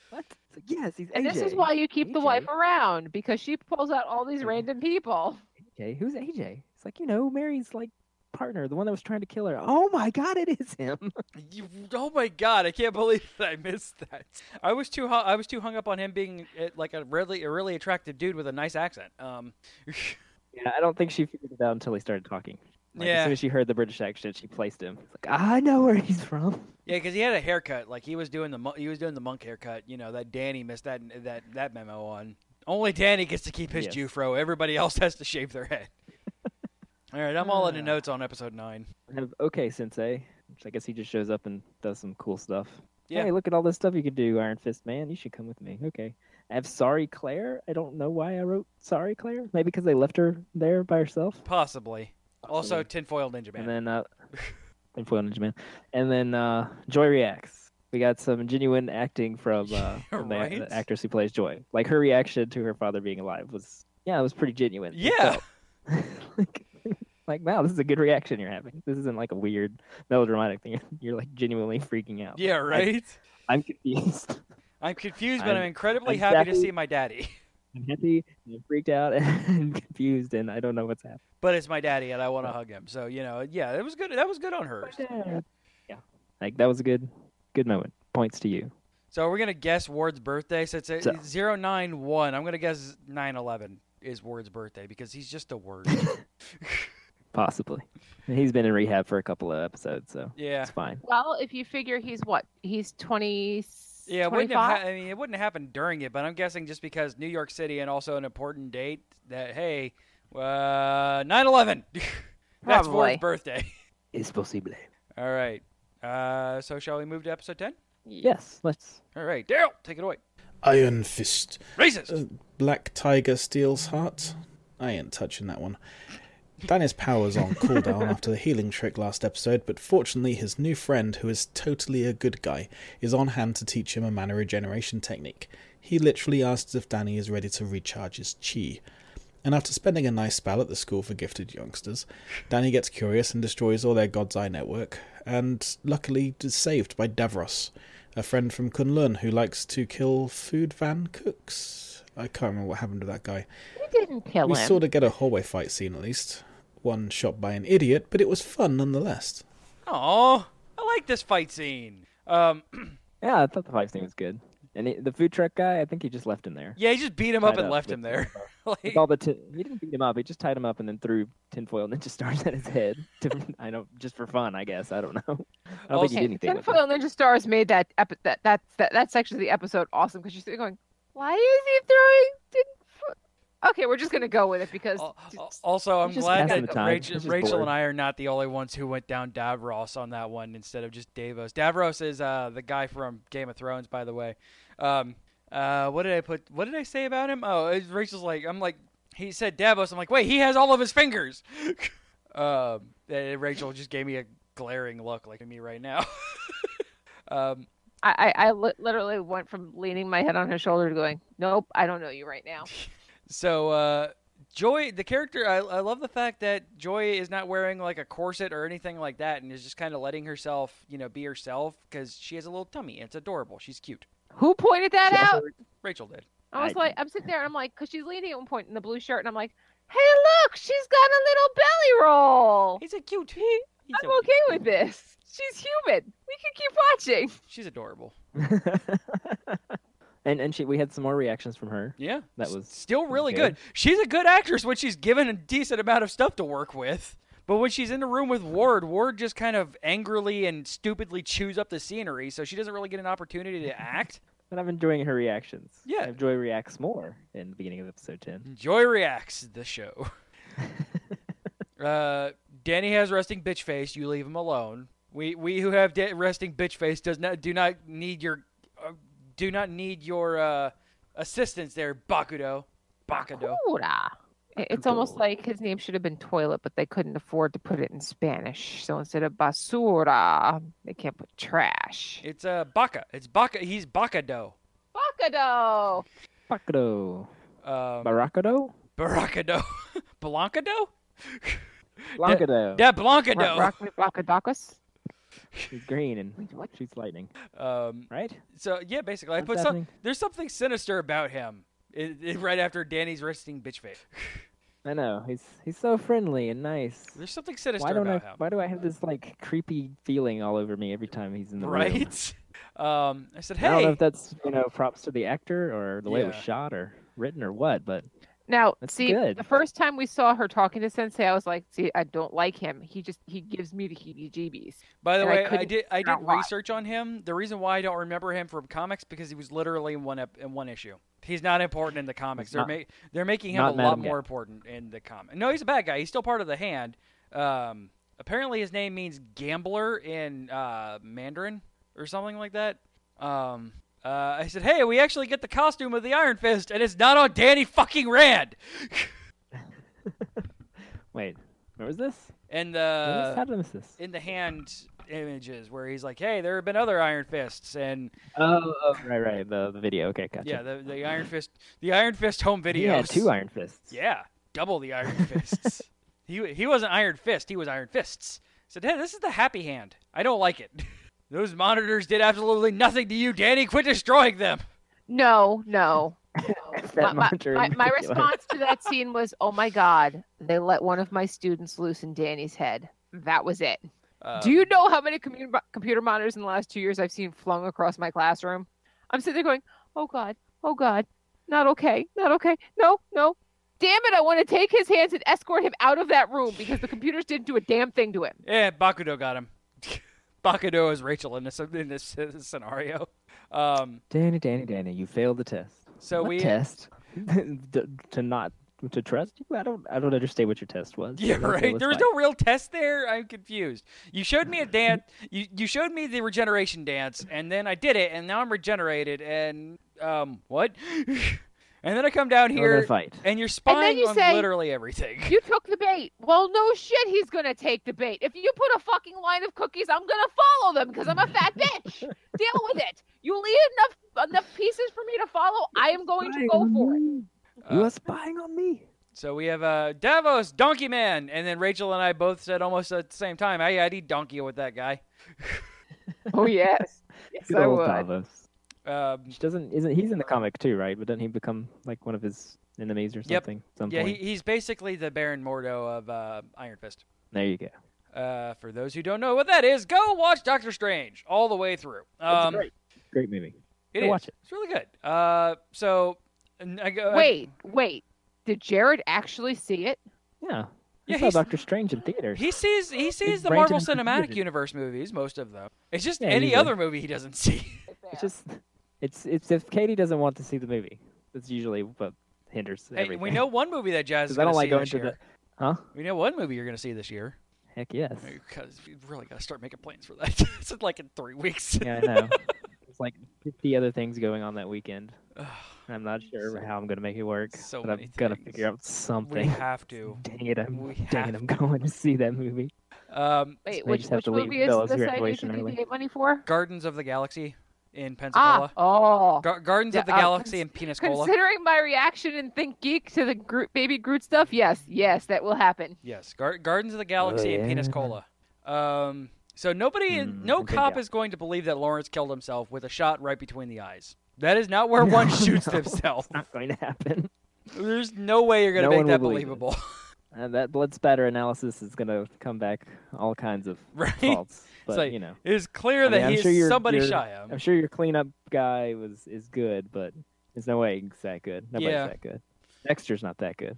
Speaker 4: what? It's like, yes, he's
Speaker 5: And
Speaker 4: AJ.
Speaker 5: this is why you keep the
Speaker 4: AJ.
Speaker 5: wife around because she pulls out all these
Speaker 4: Mhm.
Speaker 5: random people.
Speaker 4: AJ, who's AJ? It's like, you know, Mary's like partner, the one that was trying to kill her. Oh my god, it is him.
Speaker 1: You- oh my god, I can't believe that I missed that. I was too hu- I was too hung up on him being eh, like a really a really attractive dude with a nice accent. Um
Speaker 4: Yeah, I don't think she figured it out until he started talking. Like, As
Speaker 1: yeah.
Speaker 4: soon as she heard the British accent, she placed him. It's like, I know where he's from.
Speaker 1: Yeah, cuz he had a haircut. Like he was doing the mon- he was doing the monk haircut, you know, that Danny missed that that that memo on. Only Danny gets to keep his
Speaker 4: Yes.
Speaker 1: Jufro. Everybody else has to shave their head. All right, I'm
Speaker 4: Ah.
Speaker 1: all into notes on episode 9.
Speaker 4: I have okay sensei which i guess he just shows up and does some cool stuff
Speaker 1: Yeah.
Speaker 4: hey look at all this stuff you can do iron fist man you should come with me okay I have Sorry Claire. I don't know why I wrote Sorry Claire. Maybe because they left her there by herself.
Speaker 1: Possibly. Also,
Speaker 4: Possibly.
Speaker 1: tinfoil ninja man.
Speaker 4: and then uh, Tinfoil Ninja Man, and then uh, Joy reacts. We got some genuine acting from, uh, from the-
Speaker 1: right?
Speaker 4: the, actress who plays Joy. Like her reaction to her father being alive was, yeah, it was pretty genuine. It
Speaker 1: yeah.
Speaker 4: felt- like, like, wow, this is a good reaction you're having. This isn't like a weird melodramatic thing. You're like genuinely freaking out.
Speaker 1: Yeah, right?
Speaker 4: I'm confused.
Speaker 1: I'm confused, but I'm,
Speaker 4: I'm-
Speaker 1: incredibly
Speaker 4: I'm
Speaker 1: happy to
Speaker 4: exactly-
Speaker 1: see my daddy.
Speaker 4: I'm happy. and I'm freaked out and confused, and I don't know what's happening.
Speaker 1: But it's my daddy, and I want to hug him. So you know, yeah, it was good. That was good on hers.
Speaker 4: Yeah, like that was a good, good moment. Points to you.
Speaker 1: So we're gonna guess Ward's birthday. So it's
Speaker 4: So-
Speaker 1: a zero nine one. I'm gonna guess nine eleven is Ward's birthday because he's just a word.
Speaker 4: Possibly. He's been in rehab for a couple of episodes, so
Speaker 1: yeah.
Speaker 4: it's fine.
Speaker 5: Well, if you figure he's what? He's 20.
Speaker 1: Yeah, it wouldn't
Speaker 5: 25?
Speaker 1: have ha- I mean, it wouldn't happen during it, but I'm guessing just because New York City and also an important date that hey, uh, 9/11. That's
Speaker 5: Probably.
Speaker 1: Ward's birthday.
Speaker 4: It's possible.
Speaker 1: All right. Uh, so shall we move to episode 10?
Speaker 4: Yes, let's.
Speaker 1: All right, Daryl, take it away.
Speaker 6: Iron Fist.
Speaker 1: Racist.
Speaker 6: Uh, Black Tiger steals heart. I ain't touching that one. Danny's power's on cooldown after the healing trick last episode, but fortunately, his new friend, who is totally a good guy, is on hand to teach him a mana regeneration technique. He literally asks if Danny is ready to recharge his chi. And after spending a nice spell at the school for gifted youngsters, Danny gets curious and destroys all their God's Eye network, and luckily is saved by Davros, a friend from Kunlun who likes to kill food van cooks. I can't remember what happened to that guy.
Speaker 5: We didn't kill
Speaker 6: We
Speaker 5: him.
Speaker 6: sort of get a hallway fight scene at least. One shot by an idiot, but it was fun nonetheless.
Speaker 1: Oh, I like this fight scene. Um,
Speaker 4: Yeah, I thought the five thing was good. And it, the food truck guy, I think he just left him there.
Speaker 1: yeah, he just beat him up
Speaker 4: Tied
Speaker 1: and left
Speaker 4: with-
Speaker 1: him there.
Speaker 4: with
Speaker 1: like,
Speaker 4: all the tin- he didn't beat him up. He just tied him up and then threw tinfoil ninja stars at his head. to- I don't just for fun, I guess. I don't know. I don't think he
Speaker 1: Also-
Speaker 4: did anything. with it.
Speaker 5: Tinfoil Ninja Stars made that, epi- that that that that section of the episode awesome because you're sitting going, why is he throwing tinfoil? Okay, we're just gonna go with it because
Speaker 4: Oh,
Speaker 1: al- al- also, I'm
Speaker 4: just
Speaker 1: glad
Speaker 4: passing
Speaker 1: that
Speaker 4: the time.
Speaker 1: Rachel,
Speaker 4: He's just
Speaker 1: Rachel
Speaker 4: bored.
Speaker 1: and I are not the only ones who went down Davros on that one instead of just Davos. Davros is uh, the guy from Game of Thrones, by the way. Um, uh, what did I put? What did I say about him? Oh, it's- Rachel's like, I'm like, he said Davos. I'm like, wait, he has all of his fingers. um, and Rachel just gave me a glaring look like at me right now. um,
Speaker 5: I, I I li- literally went from leaning my head on her shoulder to going, nope, I don't know you right now.
Speaker 1: So uh, Joy, the character, I, I love the fact that Joy is not wearing like a corset or anything like that, and is just kind of letting herself, you know, be herself because she has a little tummy and it's adorable. She's cute.
Speaker 5: Who pointed that out?
Speaker 1: Rachel did.
Speaker 5: I was
Speaker 4: I-
Speaker 5: like, I'm sitting there and I'm like, because she's leaning at one point in the blue shirt, and I'm like, hey, look, she's got a little belly roll.
Speaker 1: He's a cute. He's
Speaker 5: I'm
Speaker 1: so
Speaker 5: okay with this. She's human. We can keep watching.
Speaker 1: cute. She's adorable.
Speaker 4: and and she, we had some more reactions from her.
Speaker 1: Yeah,
Speaker 4: That
Speaker 1: S-
Speaker 4: was
Speaker 1: still really
Speaker 4: good.
Speaker 1: good. She's a good actress when she's given a decent amount of stuff to work with. But when she's in the room with Ward, Ward just kind of angrily and stupidly chews up the scenery, so she doesn't really get an opportunity to act.
Speaker 4: And I'm enjoying her reactions.
Speaker 1: Yeah.
Speaker 4: And Joy reacts more in the beginning of episode ten.
Speaker 1: Joy reacts the show. uh, Danny has resting bitch face. You leave him alone. We we who have de- resting bitch face does not do not need your uh, do not need your uh, assistance there, Bakudo. Bakudo.
Speaker 5: Bakura. I- It's almost
Speaker 4: Bakura.
Speaker 5: like his name should have been Toilet, but they couldn't afford to put it in Spanish. So instead of basura, they can't put trash.
Speaker 1: It's uh Baka. It's Baka. He's Bakado.
Speaker 5: Bakado!
Speaker 1: Mm-hmm.
Speaker 4: Bakado.
Speaker 1: Um,
Speaker 4: Barakado?
Speaker 1: Barakado. Blancado.
Speaker 4: Uh, Blankado.
Speaker 1: Yeah,
Speaker 5: Ra-
Speaker 1: Blancado.
Speaker 5: rock me Bakadakis?
Speaker 4: She's green and she's lightning,
Speaker 1: Um,
Speaker 4: right?
Speaker 1: so yeah, basically, I
Speaker 4: What's
Speaker 1: put some.
Speaker 4: happening?
Speaker 1: There's something sinister about him. It, it, right after Danny's resting bitch face.
Speaker 4: I know. He's he's so friendly and nice.
Speaker 1: There's something sinister
Speaker 4: Why don't I
Speaker 1: about him.
Speaker 4: why do I have this like creepy feeling all over me every time he's in the room?
Speaker 1: right? Um, I said,
Speaker 4: I don't know
Speaker 1: hey,
Speaker 4: if that's you know props to the actor or the way it was
Speaker 1: Yeah.
Speaker 4: shot or written or what, but
Speaker 5: Now,
Speaker 4: That's
Speaker 5: see,
Speaker 4: good.
Speaker 5: the first time we saw her talking to Sensei, I was like, see, I don't like him. He just, he gives me the heebie-jeebies.
Speaker 1: by the
Speaker 5: and I
Speaker 1: way, I,
Speaker 5: couldn't
Speaker 1: did I
Speaker 5: figure
Speaker 1: did
Speaker 5: out why.
Speaker 1: research on him. The reason why I don't remember him from comics because he was literally in one ep- in one issue. He's not important in the comics. They're
Speaker 4: not-
Speaker 1: ma- they're making him a
Speaker 4: not
Speaker 1: lot
Speaker 4: Madam
Speaker 1: more
Speaker 4: Gao.
Speaker 1: important in the comic. No, he's a bad guy. He's still part of the hand. Um, apparently his name means gambler in uh, Mandarin or something like that. Um, Uh, I said, "Hey, we actually get the costume of the Iron Fist, and it's not on Danny fucking Rand."
Speaker 4: Wait, where was this?
Speaker 1: And
Speaker 4: When
Speaker 1: uh,
Speaker 4: was- How did I miss this?
Speaker 1: in the hand images where he's like, "Hey, there have been other Iron Fists," and
Speaker 4: Oh, oh, right, right. The, the video. Okay, gotcha.
Speaker 1: yeah, the, the Iron Fist, the Iron Fist home videos.
Speaker 4: He had two Iron Fists.
Speaker 1: Yeah, double the Iron Fists. he he wasn't Iron Fist. He was Iron Fists. I said, "Hey, this is the Happy Hand. I don't like it. Those monitors did absolutely nothing to you, Danny. Quit destroying them."
Speaker 5: No, no.
Speaker 4: That
Speaker 5: my,
Speaker 4: monitor
Speaker 5: my,
Speaker 4: in
Speaker 5: my
Speaker 4: particular.
Speaker 5: response to that scene was, "Oh my God, they let one of my students loose in Danny's head." That was it.
Speaker 1: Uh,
Speaker 5: Do you know how many commu- computer monitors in the last two years I've seen flung across my classroom? I'm sitting there going, "Oh God, oh God, not okay, not okay, no, no." Damn it! I want to take his hands and escort him out of that room because the computers didn't do a damn thing to him.
Speaker 1: Yeah, Bakudo got him. Bakudo is Rachel in this in this, this scenario. Um,
Speaker 4: Danny, Danny, Danny, you failed the test.
Speaker 1: so
Speaker 4: What
Speaker 1: we
Speaker 4: test to, to not to trust you. I don't. I don't understand what your test was.
Speaker 1: Yeah,
Speaker 4: I don't know
Speaker 1: right.
Speaker 4: what's
Speaker 1: There was
Speaker 4: like-
Speaker 1: no real test there. I'm confused. You showed me a dance. You you showed me the regeneration dance, and then I did it, and now I'm regenerated. And um, what? and then I come down
Speaker 4: We're gonna
Speaker 1: here,
Speaker 4: fight.
Speaker 1: and you're
Speaker 5: then
Speaker 1: spying
Speaker 5: you
Speaker 1: on
Speaker 5: say-
Speaker 1: literally everything.
Speaker 5: You took the bait. Well, no shit, he's gonna take the bait. If you put a fucking line of cookies, I'm gonna follow them because I'm a fat bitch. Deal with it. You leave enough enough pieces for me to follow. I am going to
Speaker 4: Spying
Speaker 5: go
Speaker 4: on
Speaker 5: for it.
Speaker 4: me.
Speaker 1: Uh,
Speaker 4: you are spying on me.
Speaker 1: So we have uh, Davos, Donkey Man, and then Rachel and I both said almost at the same time, "Hey, I'd eat donkey with that guy."
Speaker 5: Oh yes, yes
Speaker 4: Good
Speaker 1: uh,
Speaker 4: old Davos.
Speaker 1: Um,
Speaker 4: Which doesn't isn't he's in the comic too, right? But doesn't he become like one of his enemies or
Speaker 1: Yep.
Speaker 4: something? At some
Speaker 1: yeah, he,
Speaker 4: point.
Speaker 1: he's basically the Baron Mordo of uh, Iron Fist.
Speaker 4: There you go.
Speaker 1: Uh, for those who don't know what that is, go watch Doctor Strange all the way through. Um,
Speaker 4: great. Great movie.
Speaker 1: It
Speaker 4: Go
Speaker 1: is.
Speaker 4: watch it.
Speaker 1: It's really good. Uh, so and I go. I-
Speaker 5: Wait, wait. Did Jared actually see it?
Speaker 4: Yeah.
Speaker 1: Yeah,
Speaker 4: I saw
Speaker 1: he's-
Speaker 4: Doctor Strange in theaters.
Speaker 1: he sees he sees the
Speaker 4: ran
Speaker 1: Marvel
Speaker 4: to the
Speaker 1: Cinematic
Speaker 4: computer.
Speaker 1: Universe movies, most of them. It's just
Speaker 4: Yeah,
Speaker 1: any
Speaker 4: usually.
Speaker 1: other movie he doesn't see.
Speaker 4: It's just it's it's if Katie doesn't want to see the movie, that's usually what hinders
Speaker 1: hey,
Speaker 4: everything.
Speaker 1: we know one movie that Jazz is
Speaker 4: I
Speaker 1: going
Speaker 4: don't
Speaker 1: to
Speaker 4: like
Speaker 1: see
Speaker 4: going
Speaker 1: this
Speaker 4: to the.
Speaker 1: year.
Speaker 4: Huh?
Speaker 1: We know one movie you're going to see this year.
Speaker 4: Heck yes.
Speaker 1: Because we really got to start making plans for that. it's in, like in three weeks.
Speaker 4: Yeah, I know. There's like 50 other things going on that weekend.
Speaker 1: Ugh,
Speaker 4: and I'm not sure how I'm gonna make it work.
Speaker 1: so
Speaker 4: but
Speaker 1: many
Speaker 4: I've got to
Speaker 1: things.
Speaker 4: figure out
Speaker 1: we
Speaker 4: something.
Speaker 1: have to.
Speaker 4: Dang it! I'm
Speaker 1: we
Speaker 4: dang
Speaker 1: have
Speaker 4: it! I'm going to see that movie.
Speaker 1: Um,
Speaker 5: Wait,
Speaker 4: They
Speaker 5: which,
Speaker 4: just have
Speaker 5: which
Speaker 4: to leave
Speaker 5: movie is
Speaker 4: Bella's
Speaker 5: this I need
Speaker 4: graduation
Speaker 5: to
Speaker 4: early.
Speaker 5: deviate money for?
Speaker 1: Gardens of the Galaxy in Pensacola.
Speaker 5: Ah, oh.
Speaker 1: Gar- Gardens of the
Speaker 5: Yeah, uh,
Speaker 1: Galaxy
Speaker 5: cons-
Speaker 1: in Pensacola.
Speaker 5: Considering my reaction and Think Geek to the Groot, baby Groot stuff, yes, yes, that will happen.
Speaker 1: Yes, Gar- Gardens of the Galaxy and
Speaker 4: yeah.
Speaker 1: Penis Cola. Um, so nobody,
Speaker 4: Hmm,
Speaker 1: no
Speaker 4: okay,
Speaker 1: cop
Speaker 4: yeah.
Speaker 1: is going to believe that Lawrence killed himself with a shot right between the eyes. That is not where one
Speaker 4: No,
Speaker 1: shoots
Speaker 4: no.
Speaker 1: themself.
Speaker 4: It's not going to happen.
Speaker 1: There's no way you're going to make
Speaker 4: No one
Speaker 1: that
Speaker 4: will believe it.
Speaker 1: believable,
Speaker 4: And Uh, that blood spatter analysis is going to come back all kinds of
Speaker 1: right?
Speaker 4: faults. But
Speaker 1: like,
Speaker 4: you know,
Speaker 1: It is clear
Speaker 4: I mean,
Speaker 1: that
Speaker 4: I'm
Speaker 1: he
Speaker 4: sure
Speaker 1: is
Speaker 4: you're-
Speaker 1: somebody
Speaker 4: you're-
Speaker 1: shy of.
Speaker 4: I'm sure your cleanup guy was is good, but there's no way he's that good. Nobody's
Speaker 1: Yeah.
Speaker 4: that good. Dexter's not that good.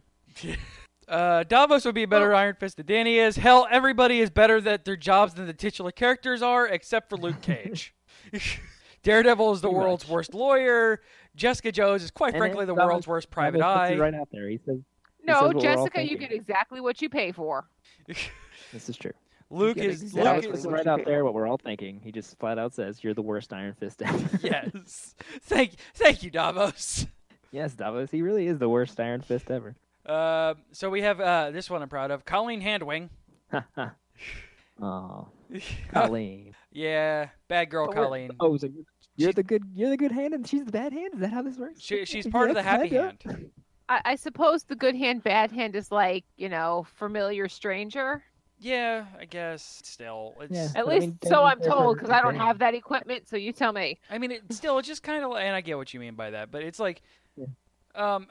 Speaker 1: Uh, Davos would be a better Iron Fist than Danny is. Hell, everybody is better at their jobs than the titular characters are, except for Luke Cage. Daredevil is the
Speaker 4: Pretty
Speaker 1: world's
Speaker 4: much.
Speaker 1: worst lawyer. Jessica Jones is quite
Speaker 4: And
Speaker 1: frankly
Speaker 4: it's
Speaker 1: the
Speaker 4: Davos-
Speaker 1: world's worst private
Speaker 4: Now, this puts
Speaker 1: eye.
Speaker 4: it right out there. He says says
Speaker 5: No,
Speaker 4: what we're all
Speaker 5: Jessica, you
Speaker 4: thinking.
Speaker 5: get exactly what you pay for.
Speaker 4: this is true.
Speaker 1: Luke
Speaker 5: get
Speaker 1: is
Speaker 5: exactly
Speaker 1: Luke
Speaker 4: Davos
Speaker 5: what
Speaker 1: is
Speaker 4: puts
Speaker 5: you
Speaker 4: it right
Speaker 5: think.
Speaker 4: out there what we're all thinking. He just flat out says, "You're the worst Iron Fist ever."
Speaker 1: yes. Thank thank you, Davos.
Speaker 4: yes, Davos. He really is the worst Iron Fist ever.
Speaker 1: Uh, so we have uh, this one I'm proud of, Colleen Handwing.
Speaker 4: oh, Colleen.
Speaker 1: Uh, yeah, bad girl,
Speaker 4: But we're-
Speaker 1: Colleen.
Speaker 4: Oh, so you're- you're
Speaker 1: She-
Speaker 4: the good. You're the good hand, and she's the bad hand. Is that how this works?
Speaker 1: She, she's part of the
Speaker 4: Yes,
Speaker 1: happy
Speaker 4: kinda.
Speaker 1: hand.
Speaker 5: I, I suppose the good hand, bad hand is like, you know, familiar stranger.
Speaker 1: Yeah, I guess. Still, it's.
Speaker 4: Yeah.
Speaker 5: At
Speaker 4: But I
Speaker 5: least
Speaker 4: mean,
Speaker 5: so I'm
Speaker 4: technically they're
Speaker 5: told because I don't
Speaker 4: different.
Speaker 5: have that equipment. So you tell me.
Speaker 1: I mean, it still, it's just kind of, and I get what you mean by that, but it's like,
Speaker 4: Yeah.
Speaker 1: um,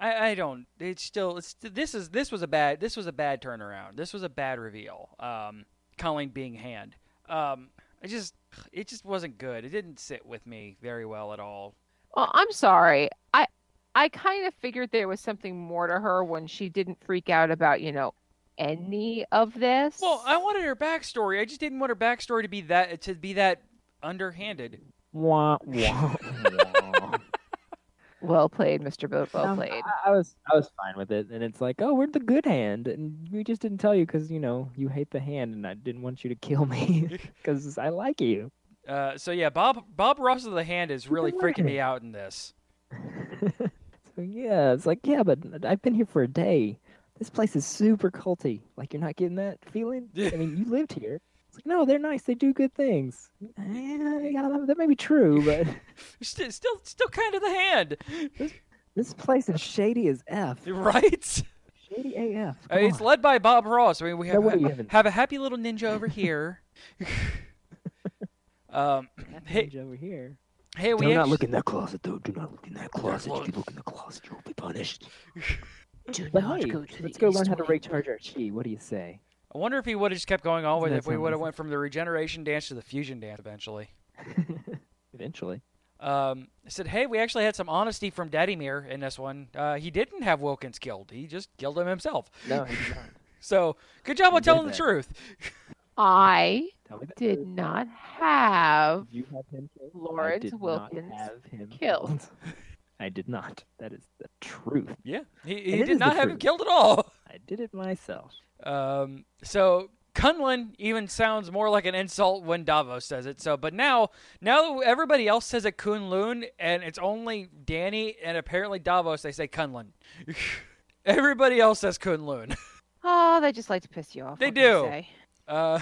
Speaker 1: I, I don't. It's still, it's this is this was a bad this was a bad turnaround. This was a bad reveal. Um, Colleen being hand. Um, I just it just wasn't good. It didn't sit with me very well at all.
Speaker 5: Well, Oh, I'm sorry. I I kind of figured there was something more to her when she didn't freak out about you know any of this.
Speaker 1: Well, I wanted her backstory. I just didn't want her backstory to be that to be that underhanded.
Speaker 4: Wah, wah, wah.
Speaker 5: well played, Mr. Boat. Well
Speaker 4: Um,
Speaker 5: played.
Speaker 4: I, I was I was fine with it, and it's like, oh, we're the good hand, and we just didn't tell you because you know you hate the hand, and I didn't want you to kill me because I like you.
Speaker 1: Uh, so yeah, Bob Bob Russell the hand is really
Speaker 4: been
Speaker 1: freaking
Speaker 4: working
Speaker 1: me
Speaker 4: it.
Speaker 1: out in this.
Speaker 4: So yeah, it's like yeah, but I've been here for a day. This place is super culty. Like you're not getting that feeling.
Speaker 1: Yeah.
Speaker 4: I mean, you lived here. It's like no, they're nice. They do good things. Eh, yeah, that may be true, but
Speaker 1: Still, still, still kind of the hand,
Speaker 4: this place is shady as f.
Speaker 1: right?
Speaker 4: Shady AF.
Speaker 1: Uh, it's led by Bob Ross. I mean, we
Speaker 4: No
Speaker 1: have
Speaker 4: way you haven't-
Speaker 1: have a happy little ninja over here. um, hey,
Speaker 4: over here.
Speaker 1: hey, we
Speaker 4: Do not
Speaker 1: actu-
Speaker 4: look in that closet, though. Do not look in that closet. If you look in the closet, you will be punished. But hey, let's go learn how to recharge our chi. What do you say?
Speaker 1: I wonder if he would have just kept going on with
Speaker 4: Isn't
Speaker 1: it.
Speaker 4: that
Speaker 1: If we
Speaker 4: something?
Speaker 1: would have went from the regeneration dance to the fusion dance eventually.
Speaker 4: Eventually.
Speaker 1: Um, I said, hey, we actually had some honesty from Daddy Mir in this one. Uh, he didn't have Wilkins killed. He just killed him himself.
Speaker 4: No, he did not.
Speaker 1: So good job on
Speaker 4: did
Speaker 1: telling the
Speaker 4: that.
Speaker 1: truth.
Speaker 5: I
Speaker 4: Tell me the
Speaker 5: did
Speaker 4: truth.
Speaker 5: not have
Speaker 4: you have him killed? I
Speaker 5: Lawrence
Speaker 4: did not
Speaker 5: Wilkins
Speaker 4: have him
Speaker 5: killed.
Speaker 4: I did not. That is the truth.
Speaker 1: Yeah, he,
Speaker 4: it
Speaker 1: he
Speaker 4: is
Speaker 1: did not
Speaker 4: the
Speaker 1: have him
Speaker 4: truth.
Speaker 1: killed at all.
Speaker 4: I did it myself.
Speaker 1: Um, so Kunlun even sounds more like an insult when Davos says it. So, but now, now that everybody else says it Kunlun, and it's only Danny and apparently Davos they say Kunlun. everybody else says Kunlun.
Speaker 5: Oh, they just like to piss you off.
Speaker 1: They
Speaker 5: what can I
Speaker 1: do.
Speaker 5: say?
Speaker 1: Uh,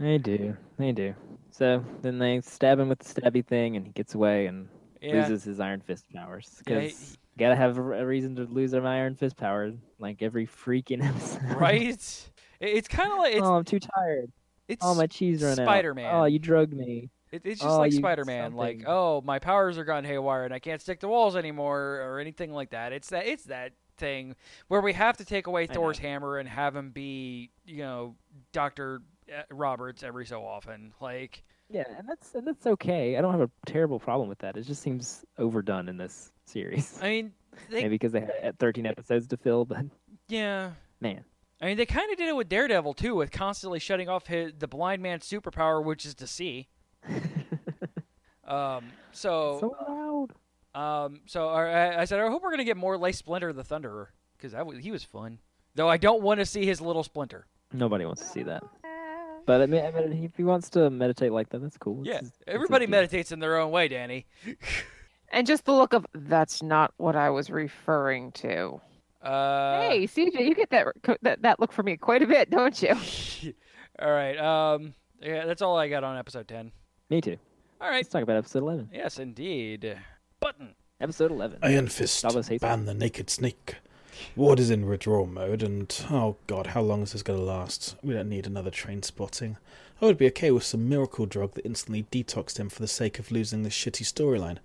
Speaker 4: They do. They do. So then they stab him with the stabby thing, and he gets away and
Speaker 1: yeah,
Speaker 4: loses his iron fist powers.
Speaker 1: Yeah, he-
Speaker 4: Because gotta have a a reason to lose an iron fist power, like every freaking episode.
Speaker 1: right. It- It's kind of like it's
Speaker 4: oh, I'm too tired.
Speaker 1: it's
Speaker 4: Oh, my cheese run out.
Speaker 1: Spider-Man.
Speaker 4: Oh, you drugged me.
Speaker 1: It, it's just
Speaker 4: Oh,
Speaker 1: like
Speaker 4: you-
Speaker 1: Spider Man, like,
Speaker 4: something.
Speaker 1: oh, my powers are gone haywire and I can't stick to walls anymore or anything like that. It's that it's that thing where we have to take away
Speaker 4: know.
Speaker 1: Thor's hammer and have him be, you know, Doctor uh, Roberts every so often. Like,
Speaker 4: Yeah, and that's and that's okay. I don't have a terrible problem with that. It just seems overdone in this series.
Speaker 1: I mean, they
Speaker 4: Maybe because they had 13 episodes to fill, but
Speaker 1: yeah,
Speaker 4: man,
Speaker 1: I mean, they kind of did it with Daredevil too, with constantly shutting off his, the blind man's superpower, which is to see. um, so,
Speaker 4: so loud.
Speaker 1: um, so I, I said, I hope we're gonna get more Lace Splinter the Thunderer because that was, he was fun. Though I don't want to see his little splinter.
Speaker 4: Nobody wants to see that. But I mean, I mean, if he wants to meditate like that, that's cool. It's
Speaker 1: Yeah,
Speaker 4: his- it's his
Speaker 1: everybody
Speaker 4: deal.
Speaker 1: meditates in their own way, Danny.
Speaker 5: And just the look of that's not what I was referring to.
Speaker 1: Uh,
Speaker 5: hey, CJ, you get that, that that look from me quite a bit, don't you?
Speaker 1: all right. Um, yeah, that's all I got on episode ten.
Speaker 4: Me too.
Speaker 1: All right.
Speaker 4: Let's talk about episode 11.
Speaker 1: Yes, indeed. Button.
Speaker 4: Episode 11.
Speaker 6: Iron Fist,
Speaker 4: Davos hates
Speaker 6: ban the naked snake. Ward is in withdrawal mode, and oh god, how long is this going to last? We don't need another train spotting. I would be okay with some miracle drug that instantly detoxed him for the sake of losing this shitty storyline.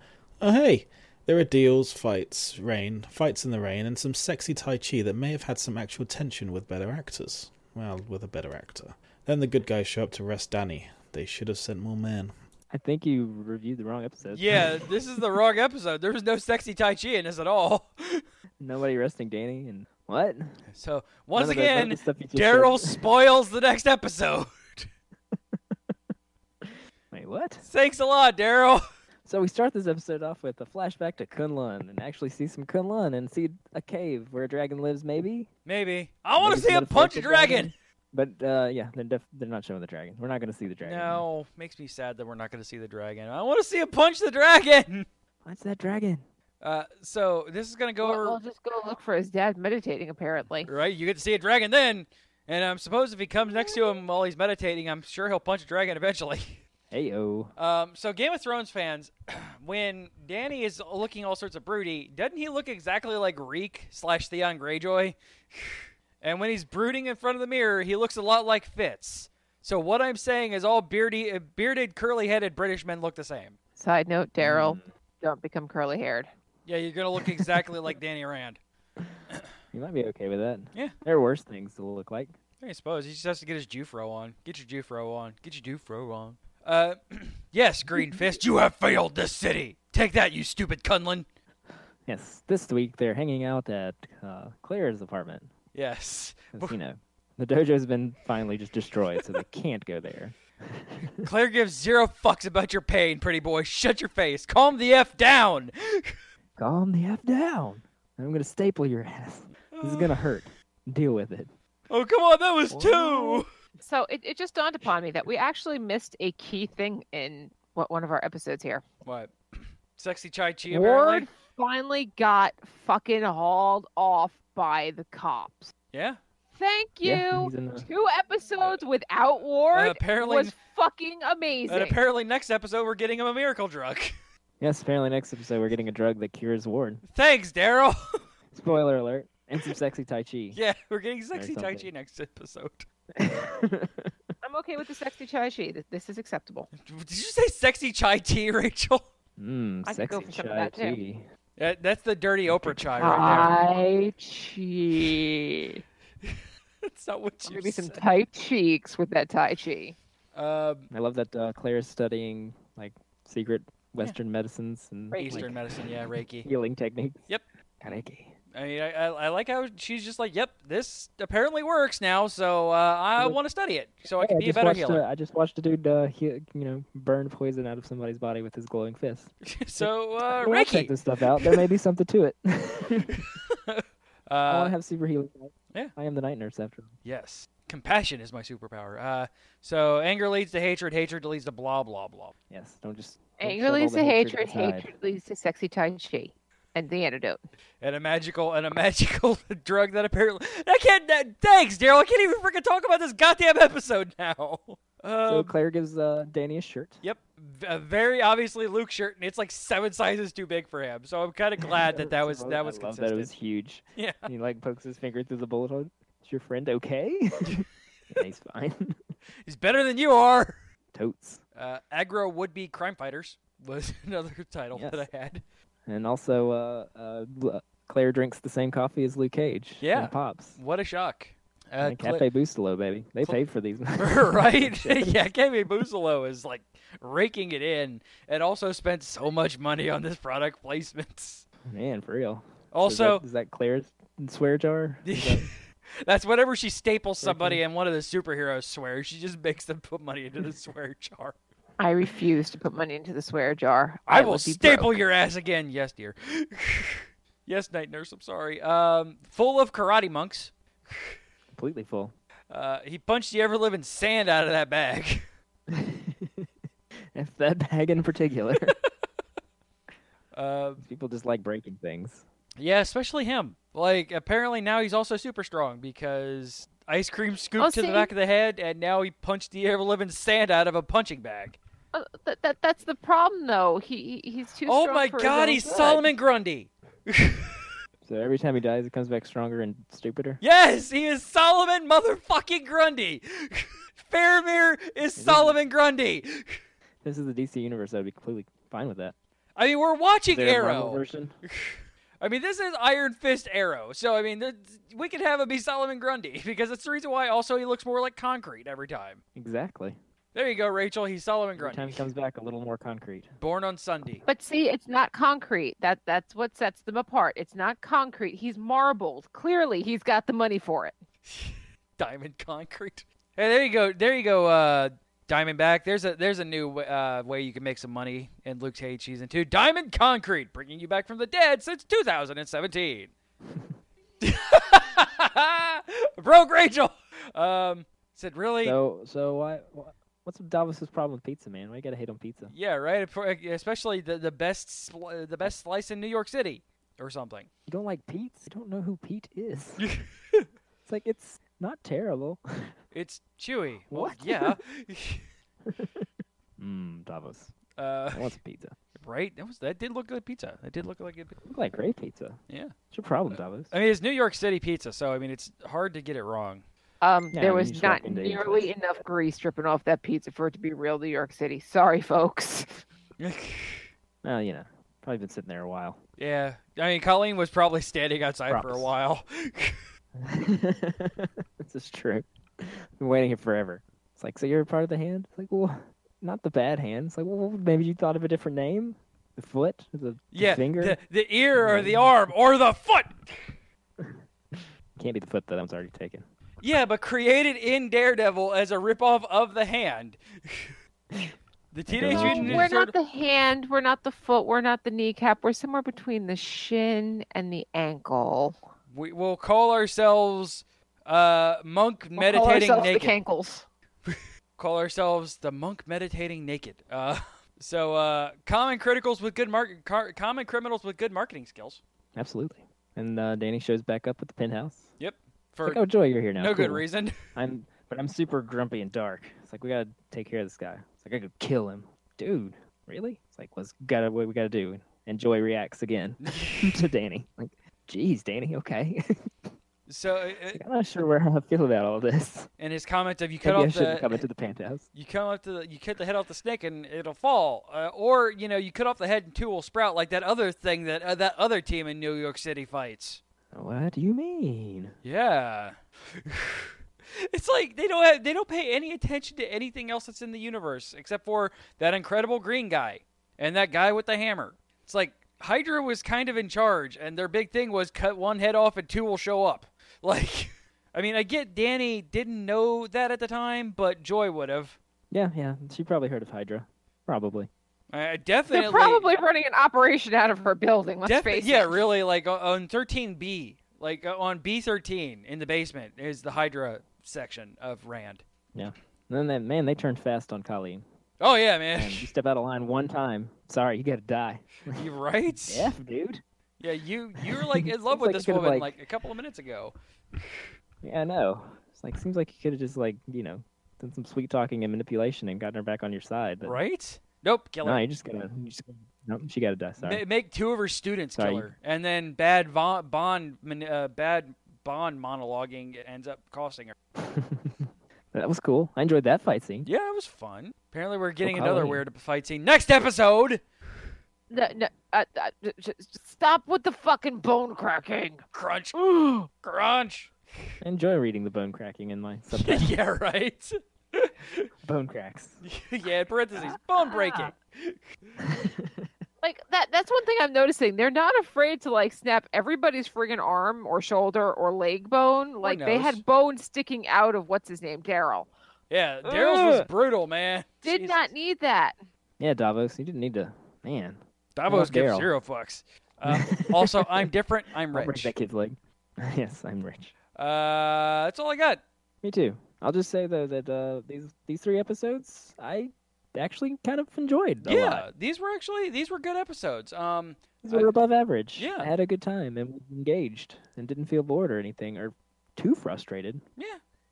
Speaker 6: Oh hey, there are deals, fights, rain, fights in the rain, and some sexy tai chi that may have had some actual tension with better actors. Well, with a better actor. Then the good guys show up to arrest Danny. They should have sent more men.
Speaker 4: I think you reviewed the wrong episode.
Speaker 1: Yeah, this is the wrong episode. There was no sexy Tai Chi in this at all.
Speaker 4: Nobody arresting Danny and what?
Speaker 1: So once
Speaker 4: None of that- none of
Speaker 1: again,
Speaker 4: the stuff you just said.
Speaker 1: Daryl spoils the next episode.
Speaker 4: Wait, what?
Speaker 1: Thanks a lot, Daryl.
Speaker 4: So we start this episode off with a flashback to Kunlun and actually see some Kunlun and see a cave where a dragon lives, maybe.
Speaker 1: Maybe I want to
Speaker 4: Maybe
Speaker 1: see him
Speaker 4: somebody
Speaker 1: punch
Speaker 4: fights
Speaker 1: a
Speaker 4: a
Speaker 1: dragon.
Speaker 4: dragon. But uh, yeah, they're def- they're not showing the dragon. We're not going to see the dragon.
Speaker 1: No, makes me sad that we're not going to see the dragon. I want to see him punch the dragon.
Speaker 4: What's that dragon?
Speaker 1: Uh, so this is going to go
Speaker 5: Well,
Speaker 1: over.
Speaker 5: I'll just go look for his dad meditating. Apparently,
Speaker 1: Right? You get to see a dragon then. And I'm supposed if he comes next to him while he's meditating, I'm sure he'll punch a dragon eventually.
Speaker 4: Ayo.
Speaker 1: Um, so, Game of Thrones fans, when Danny is looking all sorts of broody, doesn't he look exactly like Reek slash Theon Greyjoy? And when he's brooding in front of the mirror, he looks a lot like Fitz. So, what I'm saying is all beardy, bearded, curly headed British men look the same.
Speaker 5: side note, Daryl, don't become curly haired.
Speaker 1: Yeah, you're going to look exactly like Danny Rand.
Speaker 4: You might be okay with that.
Speaker 1: Yeah.
Speaker 4: There are worse things to look like.
Speaker 1: I suppose he just has to get his Jufro on. Get your Jufro on. Get your Jufro on. Uh, yes, Green Fist, you have failed this city. Take that, you stupid Cunlin.
Speaker 4: Yes. This week they're hanging out at uh, Claire's apartment.
Speaker 1: Yes,
Speaker 4: 'cause, you know, the dojo's been finally just destroyed, so they can't go there.
Speaker 1: Claire gives zero fucks about your pain, pretty boy. Shut your face. Calm the f down.
Speaker 4: Calm the f down. I'm going to staple your ass. This is going to hurt. Deal with it.
Speaker 1: Oh come on, that was two.
Speaker 5: So it, it just dawned upon me that we actually missed a key thing in what one of our episodes here.
Speaker 1: What? Sexy Chai Chi
Speaker 5: Ward
Speaker 1: apparently.
Speaker 5: finally got fucking hauled off by the cops.
Speaker 1: Yeah.
Speaker 5: Thank you.
Speaker 4: Yeah, he's in the-
Speaker 5: Two episodes without Ward
Speaker 1: Uh, apparently-
Speaker 5: was fucking amazing.
Speaker 1: And apparently next episode we're getting him a miracle drug.
Speaker 4: Yes, apparently next episode we're getting a drug that cures Ward.
Speaker 1: Thanks, Daryl.
Speaker 4: Spoiler alert. And some sexy Tai Chi.
Speaker 1: yeah, we're getting sexy Tai Chi
Speaker 4: something.
Speaker 1: next episode.
Speaker 5: I'm okay with the sexy chai chi. Th- This is acceptable.
Speaker 1: Did you say sexy Chai Chi, Rachel?
Speaker 4: Mmm,
Speaker 5: I could go
Speaker 4: sexy
Speaker 5: for some of
Speaker 4: Chai
Speaker 5: that, too.
Speaker 4: Chi.
Speaker 1: Yeah, that's the dirty Oprah Chai right
Speaker 5: Tai chi.
Speaker 1: there. That's not what you
Speaker 5: Maybe some
Speaker 1: said.
Speaker 5: tight cheeks with that tai chi.
Speaker 1: Um,
Speaker 4: I love that uh, Claire's studying like secret Western medicines and
Speaker 5: Reiki.
Speaker 1: Eastern medicine, yeah, Reiki.
Speaker 4: healing techniques.
Speaker 1: Yep.
Speaker 4: Kaneki.
Speaker 1: I mean, I, I, I like how she's just like, "Yep, this apparently works now, so uh, I
Speaker 4: Look-
Speaker 1: want to study it
Speaker 5: Oh,
Speaker 1: so I can
Speaker 4: I
Speaker 1: be a
Speaker 4: just
Speaker 1: better
Speaker 4: watched,
Speaker 1: healer."
Speaker 4: uh, I just watched a dude, uh, he, you know, burn poison out of somebody's body with his glowing fist.
Speaker 1: so
Speaker 5: Oh,
Speaker 1: uh,
Speaker 4: I mean, I'll check
Speaker 1: Reiki,
Speaker 4: this stuff out. There may be something to it. I want
Speaker 1: uh,
Speaker 4: to have super healing.
Speaker 1: yeah.
Speaker 4: I am the night nurse after all.
Speaker 1: yes, compassion is my superpower. Uh, so anger leads to hatred, hatred leads to blah blah blah.
Speaker 4: Yes. Don't just. don't
Speaker 5: Anger
Speaker 4: shove all
Speaker 5: leads
Speaker 4: the
Speaker 5: to hatred.
Speaker 4: aside.
Speaker 5: Hatred leads to sexy tai chi, and the antidote.
Speaker 1: And a magical and a magical drug that apparently I can't. That, thanks, Daryl. I can't even freaking talk about this goddamn episode now.
Speaker 4: So
Speaker 1: Um,
Speaker 4: Claire gives uh, Danny a shirt.
Speaker 1: Yep, v- a very obviously Luke shirt, and it's like seven sizes too big for him. So I'm kind of glad that that was
Speaker 4: I
Speaker 1: that was
Speaker 4: love
Speaker 1: consistent.
Speaker 4: That it was huge.
Speaker 1: Yeah.
Speaker 4: He like pokes his finger through the bullet hole. Is your friend okay? yeah, he's fine.
Speaker 1: He's better than you are.
Speaker 4: Totes.
Speaker 1: Uh, aggro would be crime fighters was another title
Speaker 4: Yes.
Speaker 1: that I had.
Speaker 4: And also, uh, uh, L- Claire drinks the same coffee as Luke Cage.
Speaker 1: Yeah.
Speaker 4: And pops.
Speaker 1: What a shock! Uh,
Speaker 4: and
Speaker 1: Cla-
Speaker 4: Cafe Bustelo, baby. They
Speaker 1: Cla-
Speaker 4: paid for these.
Speaker 1: right? yeah, Kemi Buzalo is like raking it in, and also spent so much money on this product placements.
Speaker 4: Man, for real. Is that-
Speaker 1: Also,
Speaker 4: is that Claire's swear jar? Is that-
Speaker 1: that's whenever she staples somebody and one of the superheroes swears, she just makes them put money into the swear jar.
Speaker 5: I refuse to put money into the swear jar.
Speaker 1: I, will
Speaker 5: would be
Speaker 1: staple
Speaker 5: broke.
Speaker 1: your ass again. Yes, dear. yes, night nurse. I'm sorry. Um, full of karate monks.
Speaker 4: completely full.
Speaker 1: Uh, he punched the ever living sand out of that bag.
Speaker 4: If that bag in particular.
Speaker 1: Uh,
Speaker 4: People just like breaking things.
Speaker 1: yeah, especially him. Like, apparently now he's also super strong because ice cream scooped
Speaker 5: Oh,
Speaker 1: to the
Speaker 5: see?
Speaker 1: back of the head, and now he punched the ever living sand out of a punching bag.
Speaker 5: Uh, that, that that's the problem though. He he- he's too.
Speaker 1: oh
Speaker 5: strong
Speaker 1: my
Speaker 5: for his
Speaker 1: god,
Speaker 5: own
Speaker 1: he's
Speaker 5: good.
Speaker 1: Solomon Grundy.
Speaker 4: So every time he dies, he comes back stronger and stupider.
Speaker 1: Yes, he is Solomon motherfucking Grundy. Faramir is Solomon Grundy.
Speaker 4: This is the DC universe. I'd be completely fine with that.
Speaker 1: I mean, we're watching
Speaker 4: Their Marvel
Speaker 1: Arrow.
Speaker 4: version.
Speaker 1: I mean, this is Iron Fist Arrow, so I mean, th- we could have him be Solomon Grundy because that's the reason why. Also, he looks more like concrete every time.
Speaker 4: Exactly.
Speaker 1: There you go, Rachel. He's Solomon
Speaker 4: Every time
Speaker 1: Grundy.
Speaker 4: he comes back, a little more concrete.
Speaker 1: Born on Sunday.
Speaker 5: But see, it's not concrete. That that's what sets them apart. It's not concrete. He's marbled. Clearly, he's got the money for it.
Speaker 1: Diamond concrete. Hey, there you go. There you go, uh, Diamondback. There's a there's a new w- uh, way you can make some money in Luke Cage season two. Diamond concrete, bringing you back from the dead since 2017. Broke Rachel. Um, said really.
Speaker 4: So, so why? wh- What's Davos's problem with pizza, man? Why you gotta hate on pizza?
Speaker 1: Yeah, right. Especially the the best spl- the best slice in New York City or something.
Speaker 4: You don't like Pete? You don't know who Pete is. it's like it's not terrible.
Speaker 1: It's chewy. Well,
Speaker 4: What?
Speaker 1: yeah. Mm,
Speaker 4: Mmm, Davos.
Speaker 1: uh,
Speaker 4: I want some pizza.
Speaker 1: Right? That was that did look like pizza. That did look like it.
Speaker 4: You like great pizza.
Speaker 1: Yeah. Uh,
Speaker 4: What's your problem, Davos?
Speaker 1: I mean, it's New York City pizza, so I mean, it's hard to get it wrong.
Speaker 5: Um,
Speaker 4: Yeah,
Speaker 5: there
Speaker 4: you
Speaker 5: was
Speaker 4: just
Speaker 5: not
Speaker 4: walk into any
Speaker 5: nearly enough grease dripping off that pizza for it to be real New York City. Sorry, folks.
Speaker 4: Well, you know, probably been sitting there a while.
Speaker 1: yeah. I mean, Colleen was probably standing outside for a
Speaker 4: Props.
Speaker 1: while.
Speaker 4: this is true. Been waiting here forever. It's like, so you're a part of the hand? It's like, well, not the bad hand. It's like, well, maybe you thought of a different name. The foot, the, the
Speaker 1: yeah.
Speaker 4: finger.
Speaker 1: The, the ear or the arm or the foot.
Speaker 4: Can't be the foot that I'm already taken.
Speaker 1: Yeah, but created in Daredevil as a ripoff of the hand. the Teenage
Speaker 4: No,
Speaker 1: Mutant
Speaker 4: you
Speaker 5: we're
Speaker 1: Ninja
Speaker 5: not
Speaker 1: Turtle.
Speaker 5: the hand. We're not the foot. We're not the kneecap. We're somewhere between the shin and the ankle.
Speaker 1: We will call ourselves uh, Monk
Speaker 5: We'll call
Speaker 1: Meditating
Speaker 5: ourselves
Speaker 1: Naked.
Speaker 5: The cankles.
Speaker 1: call ourselves the Monk Meditating Naked. Uh, So, uh, common criticals with good market, car- common criminals with good marketing skills.
Speaker 4: Absolutely. And uh, Danny shows back up at the penthouse.
Speaker 1: Yep.
Speaker 4: It's
Speaker 1: For
Speaker 4: like, oh, Joy, you're here now.
Speaker 1: no good
Speaker 4: Cool.
Speaker 1: reason.
Speaker 4: I'm, but I'm super grumpy and dark. It's like we gotta take care of this guy. It's like I could kill him, dude. Really? It's like what's gotta what we gotta do? And Joy reacts again to Danny. Like, geez, Danny, okay.
Speaker 1: So, uh,
Speaker 4: I'm not sure where I feel about all this.
Speaker 1: and his comment of you cut
Speaker 4: Maybe I
Speaker 1: off
Speaker 4: shouldn't
Speaker 1: the
Speaker 4: come into the penthouse.
Speaker 1: you come up to the, you cut the head off the snake and it'll fall, uh, or you know you cut off the head and two will sprout like that other thing that uh, that other team in New York City fights.
Speaker 4: What do you mean?
Speaker 1: Yeah. It's like they don't have, they don't pay any attention to anything else that's in the universe except for that incredible green guy and that guy with the hammer. It's like Hydra was kind of in charge and their big thing was cut one head off and two will show up. Like I mean, I get Danny didn't know that at the time, but Joy would have.
Speaker 4: Yeah, yeah. She probably heard of Hydra. Probably.
Speaker 1: I I
Speaker 5: They're
Speaker 1: definitely
Speaker 5: probably running an operation out of her building. Let's
Speaker 1: Defi-
Speaker 5: face
Speaker 1: yeah,
Speaker 5: it.
Speaker 1: really. Like o- on 13B, like uh, on B13 in the basement is the Hydra section of Rand.
Speaker 4: And then that man, they turned fast on Colleen.
Speaker 1: Oh yeah, man.
Speaker 4: And you step out of line one time, sorry, you gotta die.
Speaker 1: you right?
Speaker 4: Yeah, dude.
Speaker 1: Yeah, you you were like in love with
Speaker 4: Seems like
Speaker 1: this
Speaker 4: you could've,
Speaker 1: woman like...
Speaker 4: like-
Speaker 1: a couple of minutes ago.
Speaker 4: Yeah, I know. It's like seems like you could have just like you know done some sweet talking and manipulation and gotten her back on your side. But
Speaker 1: Right? Nope, kill
Speaker 4: No,
Speaker 1: her.
Speaker 4: you're just gonna. You're just gonna nope, she got to die. Sorry.
Speaker 1: Ma- make two of her students
Speaker 4: Sorry.
Speaker 1: kill her, and then bad von- bond man- uh, bad bond monologuing ends up costing her.
Speaker 4: That was cool. I enjoyed that fight scene.
Speaker 1: Yeah, it was fun. Apparently, we're getting another
Speaker 4: Colleen.
Speaker 1: weird fight scene next episode.
Speaker 5: No, no, uh, uh, j- j- stop with the fucking bone cracking.
Speaker 1: Crunch, crunch.
Speaker 4: I enjoy reading the bone cracking in my subtitle.
Speaker 1: yeah, right.
Speaker 4: bone cracks.
Speaker 1: yeah, in parentheses, bone breaking.
Speaker 5: Like that. That's one thing I'm noticing. They're not afraid to like snap everybody's friggin' arm or shoulder or leg bone. Like they
Speaker 1: nose.
Speaker 5: had bone sticking out of what's his name, Daryl.
Speaker 1: Yeah, Daryl's was
Speaker 5: Ugh.
Speaker 1: brutal, man.
Speaker 5: Did
Speaker 1: Jesus.
Speaker 5: not need that.
Speaker 4: Yeah, Davos, you didn't need to. Man,
Speaker 1: Davos
Speaker 4: Not
Speaker 1: gives
Speaker 4: Daryl.
Speaker 1: zero fucks. Uh, also, I'm different. I'm
Speaker 4: I'll break
Speaker 1: rich.
Speaker 4: that kid's leg. yes, I'm rich.
Speaker 1: Uh, that's all I got.
Speaker 4: Me too. I'll just say though that uh, these these three episodes, I actually kind of enjoyed. A
Speaker 1: yeah,
Speaker 4: lot.
Speaker 1: these were actually these were good episodes. Um,
Speaker 4: These
Speaker 1: I-
Speaker 4: were above average.
Speaker 1: yeah.
Speaker 4: I had a good time and was engaged and didn't feel bored or anything or too frustrated.
Speaker 1: Yeah.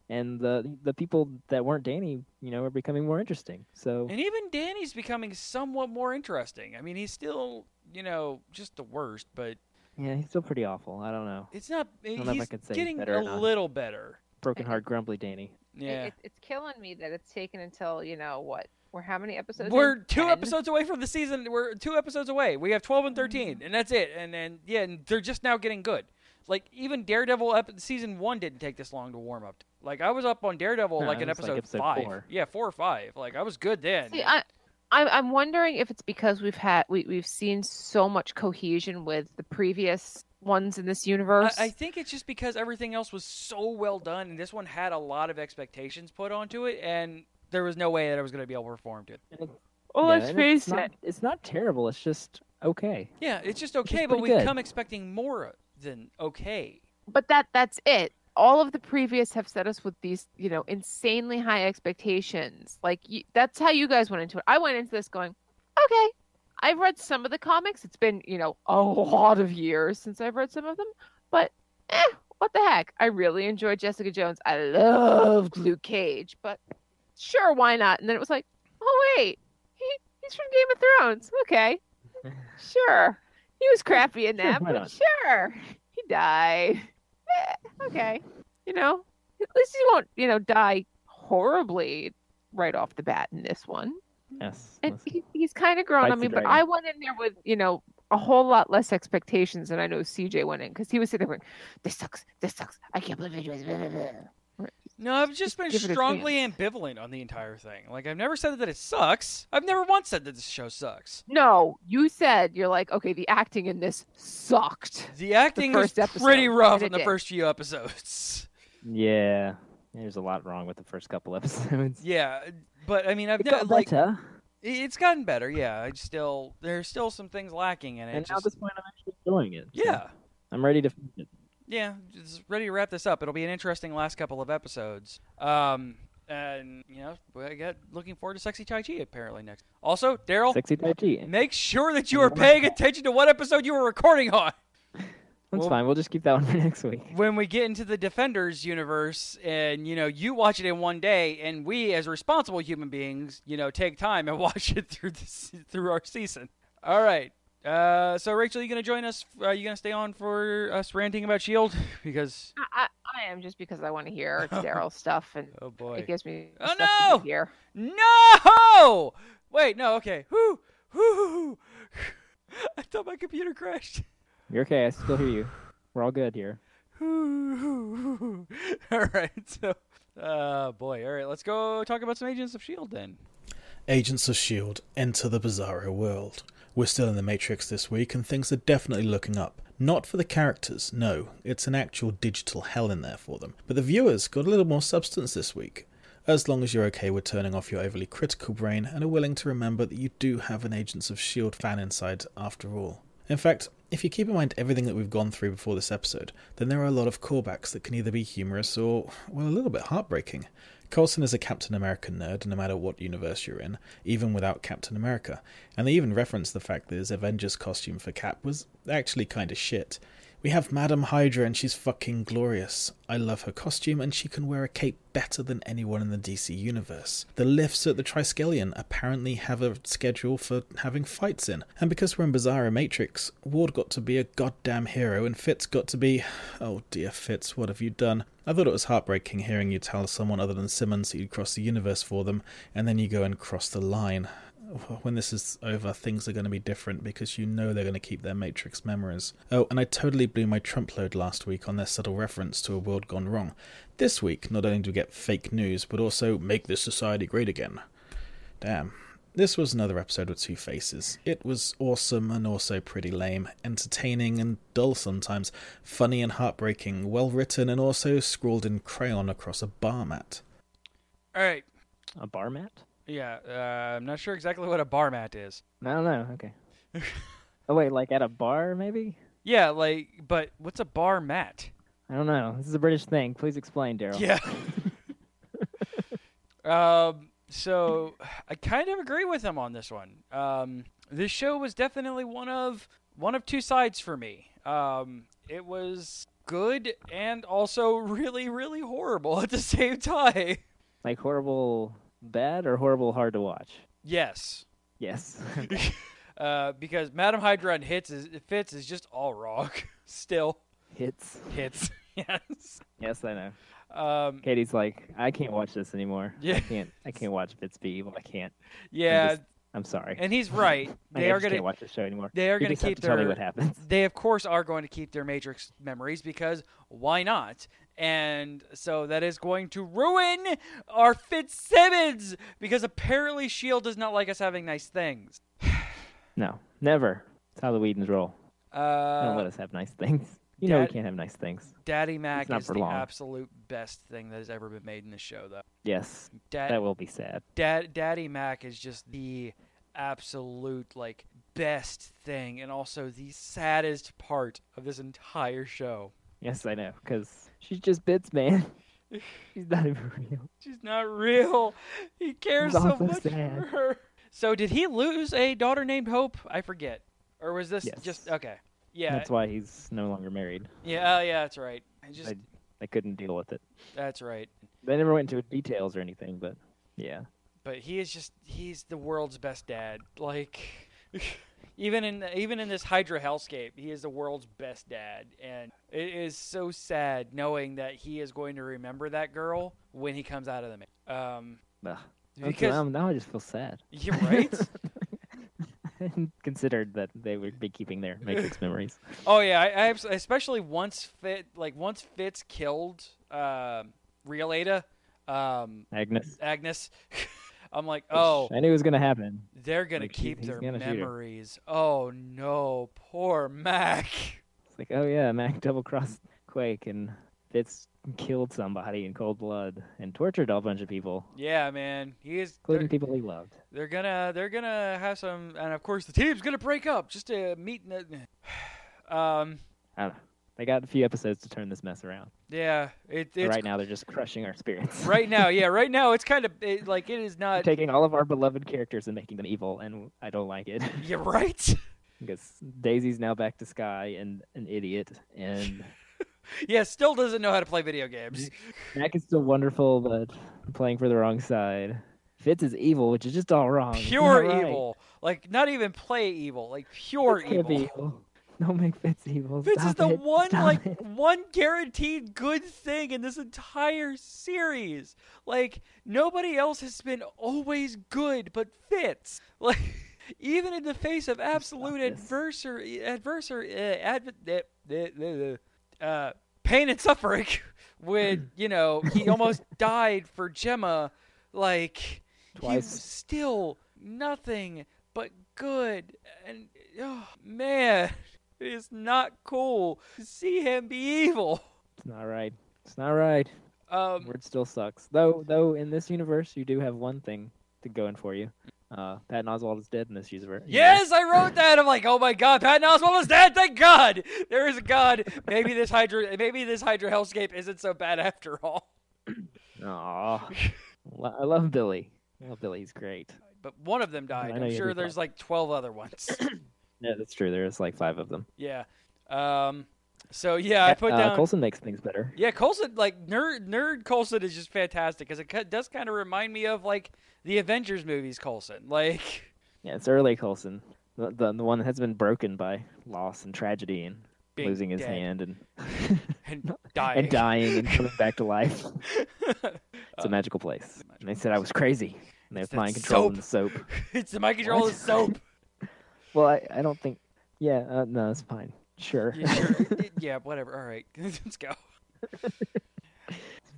Speaker 4: And the the people that weren't Danny, you know, are becoming more interesting. So
Speaker 1: and even Danny's becoming somewhat more interesting. I mean, he's still you know just the worst, but
Speaker 4: yeah, he's still pretty awful. I don't know.
Speaker 1: it's not.
Speaker 4: don't know if I
Speaker 1: He's
Speaker 4: could say
Speaker 1: getting
Speaker 4: better or
Speaker 1: a
Speaker 4: not.
Speaker 1: little better.
Speaker 4: Broken heart, grumbly Danny.
Speaker 5: It-
Speaker 1: Yeah,
Speaker 5: it- it's killing me that it's taken until you know what. We're how many episodes? in?
Speaker 1: we're two
Speaker 5: 10?
Speaker 1: episodes away from the season. We're two episodes away. We have twelve and thirteen, and that's it. And and yeah, and they're just now getting good. Like even Daredevil ep- season one didn't take this long to warm up. Like I was up on Daredevil
Speaker 4: No,
Speaker 1: like
Speaker 4: it
Speaker 1: in
Speaker 4: was, like,
Speaker 1: episode,
Speaker 4: episode
Speaker 1: five.
Speaker 4: four.
Speaker 1: Yeah, four or five. Like I was good then.
Speaker 5: See, I, I'm I'm wondering if it's because we've had we we've seen so much cohesion with the previous ones in this
Speaker 1: I,
Speaker 5: universe.
Speaker 1: I think it's just because everything else was so well done, and this one had a lot of expectations put onto it, and there was no way that I was going to be able to perform to it.
Speaker 5: well,
Speaker 4: Yeah,
Speaker 5: let's
Speaker 4: and it's
Speaker 5: face it.
Speaker 4: not- It's not terrible. It's just okay.
Speaker 1: Yeah, it's just okay, but
Speaker 4: pretty
Speaker 1: we
Speaker 4: good.
Speaker 1: come expecting more than okay.
Speaker 5: But that that's it. All of the previous have set us with these, you know, insanely high expectations. Like you, that's how you guys went into it. I went into this going, okay, I've read some of the comics. It's been, you know, a lot of years since I've read some of them, but eh, what the heck? I really enjoyed Jessica Jones. I loved Luke Cage, but sure, why not? And then it was like, oh wait, he, he's from Game of Thrones. Okay, sure. He was crappy in
Speaker 4: Sure,
Speaker 5: that,
Speaker 4: why
Speaker 5: but
Speaker 4: not?
Speaker 5: sure, he died. Eh, okay, you know, at least he won't, you know, die horribly right off the bat in this one.
Speaker 4: Yes.
Speaker 5: And
Speaker 4: let's-
Speaker 5: he, he's kind of grown
Speaker 4: Fights
Speaker 5: on me,
Speaker 4: the
Speaker 5: but
Speaker 4: dragon.
Speaker 5: I went in there with, you know, a whole lot less expectations than I know CJ went in because he was sitting there going, this sucks, this sucks. I can't believe it was. blah, blah, blah."
Speaker 1: No, I've just been
Speaker 5: give it a
Speaker 1: strongly ambivalent on the entire thing. Like, I've never said that it sucks. I've never once said that this show sucks.
Speaker 5: No, you said, you're like, okay, the acting in this sucked.
Speaker 1: The acting was
Speaker 5: first episode,
Speaker 1: pretty rough
Speaker 5: and
Speaker 1: in
Speaker 5: it
Speaker 1: the
Speaker 5: did.
Speaker 1: first few episodes.
Speaker 4: Yeah. There's a lot wrong with the first couple episodes.
Speaker 1: Yeah, but I mean, I've
Speaker 4: It
Speaker 1: never
Speaker 4: got
Speaker 1: like
Speaker 4: better.
Speaker 1: it- it's gotten better. Yeah, I still there's still some things lacking in it.
Speaker 4: And now
Speaker 1: just-
Speaker 4: at this point, I'm actually enjoying it. so
Speaker 1: yeah,
Speaker 4: I'm ready to. finish it.
Speaker 1: yeah, just ready to wrap this up. It'll be an interesting last couple of episodes. Um, And you know, I got looking forward to sexy Tai Chi apparently next. Also, Daryl,
Speaker 4: Sexy Tai Chi.
Speaker 1: make sure that you are paying attention to what episode you were recording on.
Speaker 4: That's
Speaker 1: Well-
Speaker 4: fine. We'll just keep that one for next week.
Speaker 1: When we get into the Defenders universe, and you know, you watch it in one day, and we, as responsible human beings, you know, take time and watch it through the, se- through our season. All right. Uh, so Rachel, you gonna join us? Are you gonna stay on for us ranting about Shield? E Because
Speaker 5: I, I, I am just because I want to hear Daryl stuff, and
Speaker 1: oh boy,
Speaker 5: it gives me
Speaker 1: Oh,
Speaker 5: stuff to
Speaker 1: no!
Speaker 5: hear.
Speaker 1: No! Wait, no, okay. Whoo! Whoo! I thought my computer crashed.
Speaker 4: You're okay. I still hear you. We're all good here.
Speaker 1: Whoo! All right, so. Uh, boy. All right, let's go talk about some Agents of S.H.I.E.L.D. E then.
Speaker 6: Agents of S.H.I.E.L.D. E enter the bizarro world. We're still in the Matrix this week, and things are definitely looking up. Not for the characters, no, it's an actual digital hell in there for them. But the viewers got a little more substance this week. As long as you're okay with turning off your overly critical brain and are willing to remember that you do have an Agents of S.H.I.E.L.D. E fan inside after all. In fact, if you keep in mind everything that we've gone through before this episode, then there are a lot of callbacks that can either be humorous or, well, a little bit heartbreaking. Coulson is a Captain America nerd, no matter what universe you're in, even without Captain America. And they even reference the fact that his Avengers costume for Cap was actually kind of shit. We have Madame Hydra, and she's fucking glorious. I love her costume, and she can wear a cape better than anyone in the DC universe. The lifts at the Triskelion apparently have a schedule for having fights in. And because we're in Bizarro Matrix, Ward got to be a goddamn hero, and Fitz got to be. Oh dear, Fitz, what have you done? I thought it was heartbreaking hearing you tell someone other than Simmons that you'd cross the universe for them, and then you go and cross the line. When this is over, things are going to be different because you know they're going to keep their Matrix memories. Oh, and I totally blew my Trump load last week on their subtle reference to a world gone wrong. This week, not only do we get fake news, but also make this society great again. Damn. This was another episode with two faces. It was awesome and also pretty lame, entertaining and dull sometimes, funny and heartbreaking, well written and also scrawled in crayon across a bar mat.
Speaker 1: All right.
Speaker 4: A bar mat?
Speaker 1: Yeah, uh, I'm not sure exactly what a bar mat is.
Speaker 4: I don't know. Okay. oh wait, like at a bar maybe?
Speaker 1: Yeah, like, but what's a bar mat?
Speaker 4: I don't know. This is a British thing. Please explain, Daryl.
Speaker 1: Yeah. um, so I kind of agree with him on this one. Um, this show was definitely one of one of two sides for me. Um, it was good and also really, really horrible at the same time.
Speaker 4: Like horrible bad or horrible hard to watch?
Speaker 1: Yes.
Speaker 4: Yes.
Speaker 1: Uh, because Madam Hydra and Hits is Fitz is just all wrong. Still
Speaker 4: Hits.
Speaker 1: hits. Yes.
Speaker 4: Yes, I know.
Speaker 1: Um,
Speaker 4: Katie's like, I can't watch this anymore.
Speaker 1: Yeah.
Speaker 4: I can't. I can't watch Bits Be Evil. I can't.
Speaker 1: yeah,
Speaker 4: just- I'm sorry.
Speaker 1: and he's right.
Speaker 4: I
Speaker 1: They are
Speaker 4: just
Speaker 1: gonna
Speaker 4: can't watch the show anymore.
Speaker 1: they are
Speaker 4: You
Speaker 1: gonna
Speaker 4: just have
Speaker 1: keep
Speaker 4: to tell me
Speaker 1: their-
Speaker 4: what happens.
Speaker 1: they of course are going to keep their matrix memories because why not and so that is going to ruin our fitzsimmons because apparently shield E does not like us having nice things
Speaker 4: No, never. It's how the Whedons roll. Don't let
Speaker 1: uh,
Speaker 4: us have nice things. You know we
Speaker 1: Dad-
Speaker 4: can't have nice things.
Speaker 1: daddy mac
Speaker 4: It's not
Speaker 1: is
Speaker 4: for
Speaker 1: the
Speaker 4: long.
Speaker 1: absolute best thing that has ever been made in this show though
Speaker 4: Yes,
Speaker 1: Dad,
Speaker 4: that will be sad.
Speaker 1: Dad, Daddy Mac is just the absolute like best thing, and also the saddest part of this entire show.
Speaker 4: Yes, I know, because she's just bits, man. she's not even real.
Speaker 1: She's not real. He cares
Speaker 4: It's
Speaker 1: so
Speaker 4: also
Speaker 1: much
Speaker 4: sad.
Speaker 1: for her. So did he lose a daughter named Hope? I forget, or was this
Speaker 4: Yes.
Speaker 1: just okay? Yeah,
Speaker 4: That's why he's no longer married.
Speaker 1: yeah, oh, yeah. That's right. I just
Speaker 4: I, I couldn't deal with it.
Speaker 1: that's right.
Speaker 4: They never went into details or anything, but yeah.
Speaker 1: But he is just—he's the world's best dad. Like, even in even in this Hydra hellscape, he is the world's best dad, and it is so sad knowing that he is going to remember that girl when he comes out of the ma- um
Speaker 4: Ugh. That's-
Speaker 1: because
Speaker 4: um, now I just feel sad.
Speaker 1: you're right.
Speaker 4: I hadn't considered that they would be keeping their Matrix memories.
Speaker 1: Oh yeah, I, I abs- especially once Fit like once Fitz killed um Real Ada, um,
Speaker 4: Agnes.
Speaker 1: Agnes. I'm like, oh,
Speaker 4: I knew it was gonna happen.
Speaker 1: they're gonna
Speaker 4: Like, he's-
Speaker 1: keep
Speaker 4: he's
Speaker 1: their
Speaker 4: gonna shoot her.
Speaker 1: memories. Oh no, poor Mac.
Speaker 4: It's like, oh yeah, Mac double crossed Quake and Fitz killed somebody in cold blood and tortured a whole bunch of people,
Speaker 1: Yeah, man, he is.
Speaker 4: including
Speaker 1: They're,
Speaker 4: people he loved.
Speaker 1: they're gonna they're gonna have some, and of course the team's gonna break up just to meet. in the- Um,
Speaker 4: I don't know. They got a few episodes to turn this mess around.
Speaker 1: Yeah, it,
Speaker 4: But
Speaker 1: it's
Speaker 4: right now, they're just crushing our spirits.
Speaker 1: right uh, now, yeah, right now it's kind of it, like it is not.
Speaker 4: Taking all of our beloved characters and making them evil, and I don't like it.
Speaker 1: Yeah, right.
Speaker 4: because Daisy's now back to Sky and an idiot, and
Speaker 1: Yeah, still doesn't know how to play video games.
Speaker 4: Mac is still wonderful, but playing for the wrong side. Fitz is evil, which is just all wrong. It's
Speaker 1: Pure
Speaker 4: not right.
Speaker 1: evil, like not even play evil, like pure
Speaker 4: Fitz can't be
Speaker 1: evil.
Speaker 4: evil. Don't make Fitz evil.
Speaker 1: Fitz is
Speaker 4: Stop
Speaker 1: the
Speaker 4: it.
Speaker 1: one
Speaker 4: Stop
Speaker 1: like
Speaker 4: it.
Speaker 1: one guaranteed good thing in this entire series. Like nobody else has been always good but Fitz. Like even in the face of absolute
Speaker 4: this.
Speaker 1: adversary, adversary, uh, adv- uh, uh, uh, uh, pain and suffering, when you know he almost died for Gemma, like he was
Speaker 4: Twice.
Speaker 1: still nothing but good. And oh man, it is not cool to see him be evil.
Speaker 4: It's not right. It's not right.
Speaker 1: Um,
Speaker 4: Word still sucks. Though, though, in this universe, you do have one thing to go in for you. Uh, Patton Oswald is dead in this universe.
Speaker 1: yes, I wrote that. I'm like, oh my god, Patton Oswalt is dead. Thank God, there is a God. Maybe this Hydra, maybe this Hydra hellscape isn't so bad after all.
Speaker 4: Aw. Lo- I love Billy. I love Billy. He's great.
Speaker 1: But one of them died.
Speaker 4: I know
Speaker 1: I'm
Speaker 4: you
Speaker 1: sure
Speaker 4: did
Speaker 1: there's like 12 other ones.
Speaker 4: Yeah, that's true. There's like five of them.
Speaker 1: yeah. Um. So yeah, I put
Speaker 4: uh,
Speaker 1: down.
Speaker 4: Coulson makes things better.
Speaker 1: Yeah, Colson, like nerd nerd Colson is just fantastic because it cu- does kind of remind me of like the Avengers movies Colson. Like,
Speaker 4: Yeah, it's early Coulson, the, the the one that has been broken by loss and tragedy and
Speaker 1: Being
Speaker 4: losing his
Speaker 1: dead.
Speaker 4: hand and
Speaker 1: and dying.
Speaker 4: and dying and coming back to life. It's
Speaker 1: Uh,
Speaker 4: a magical place. And they said I was crazy. And they're
Speaker 1: It's that
Speaker 4: applying control
Speaker 1: soap.
Speaker 4: in the soap.
Speaker 1: it's the Mikey Joel
Speaker 4: What?
Speaker 1: soap.
Speaker 4: Well, I, I don't think. Yeah, uh, no, it's fine. Sure.
Speaker 1: Yeah, sure. yeah, whatever. All right, let's go.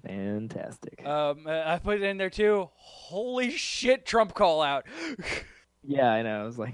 Speaker 4: Fantastic.
Speaker 1: Um, uh, I put it in there too. Holy shit, Trump call out.
Speaker 4: yeah, I know. I was like,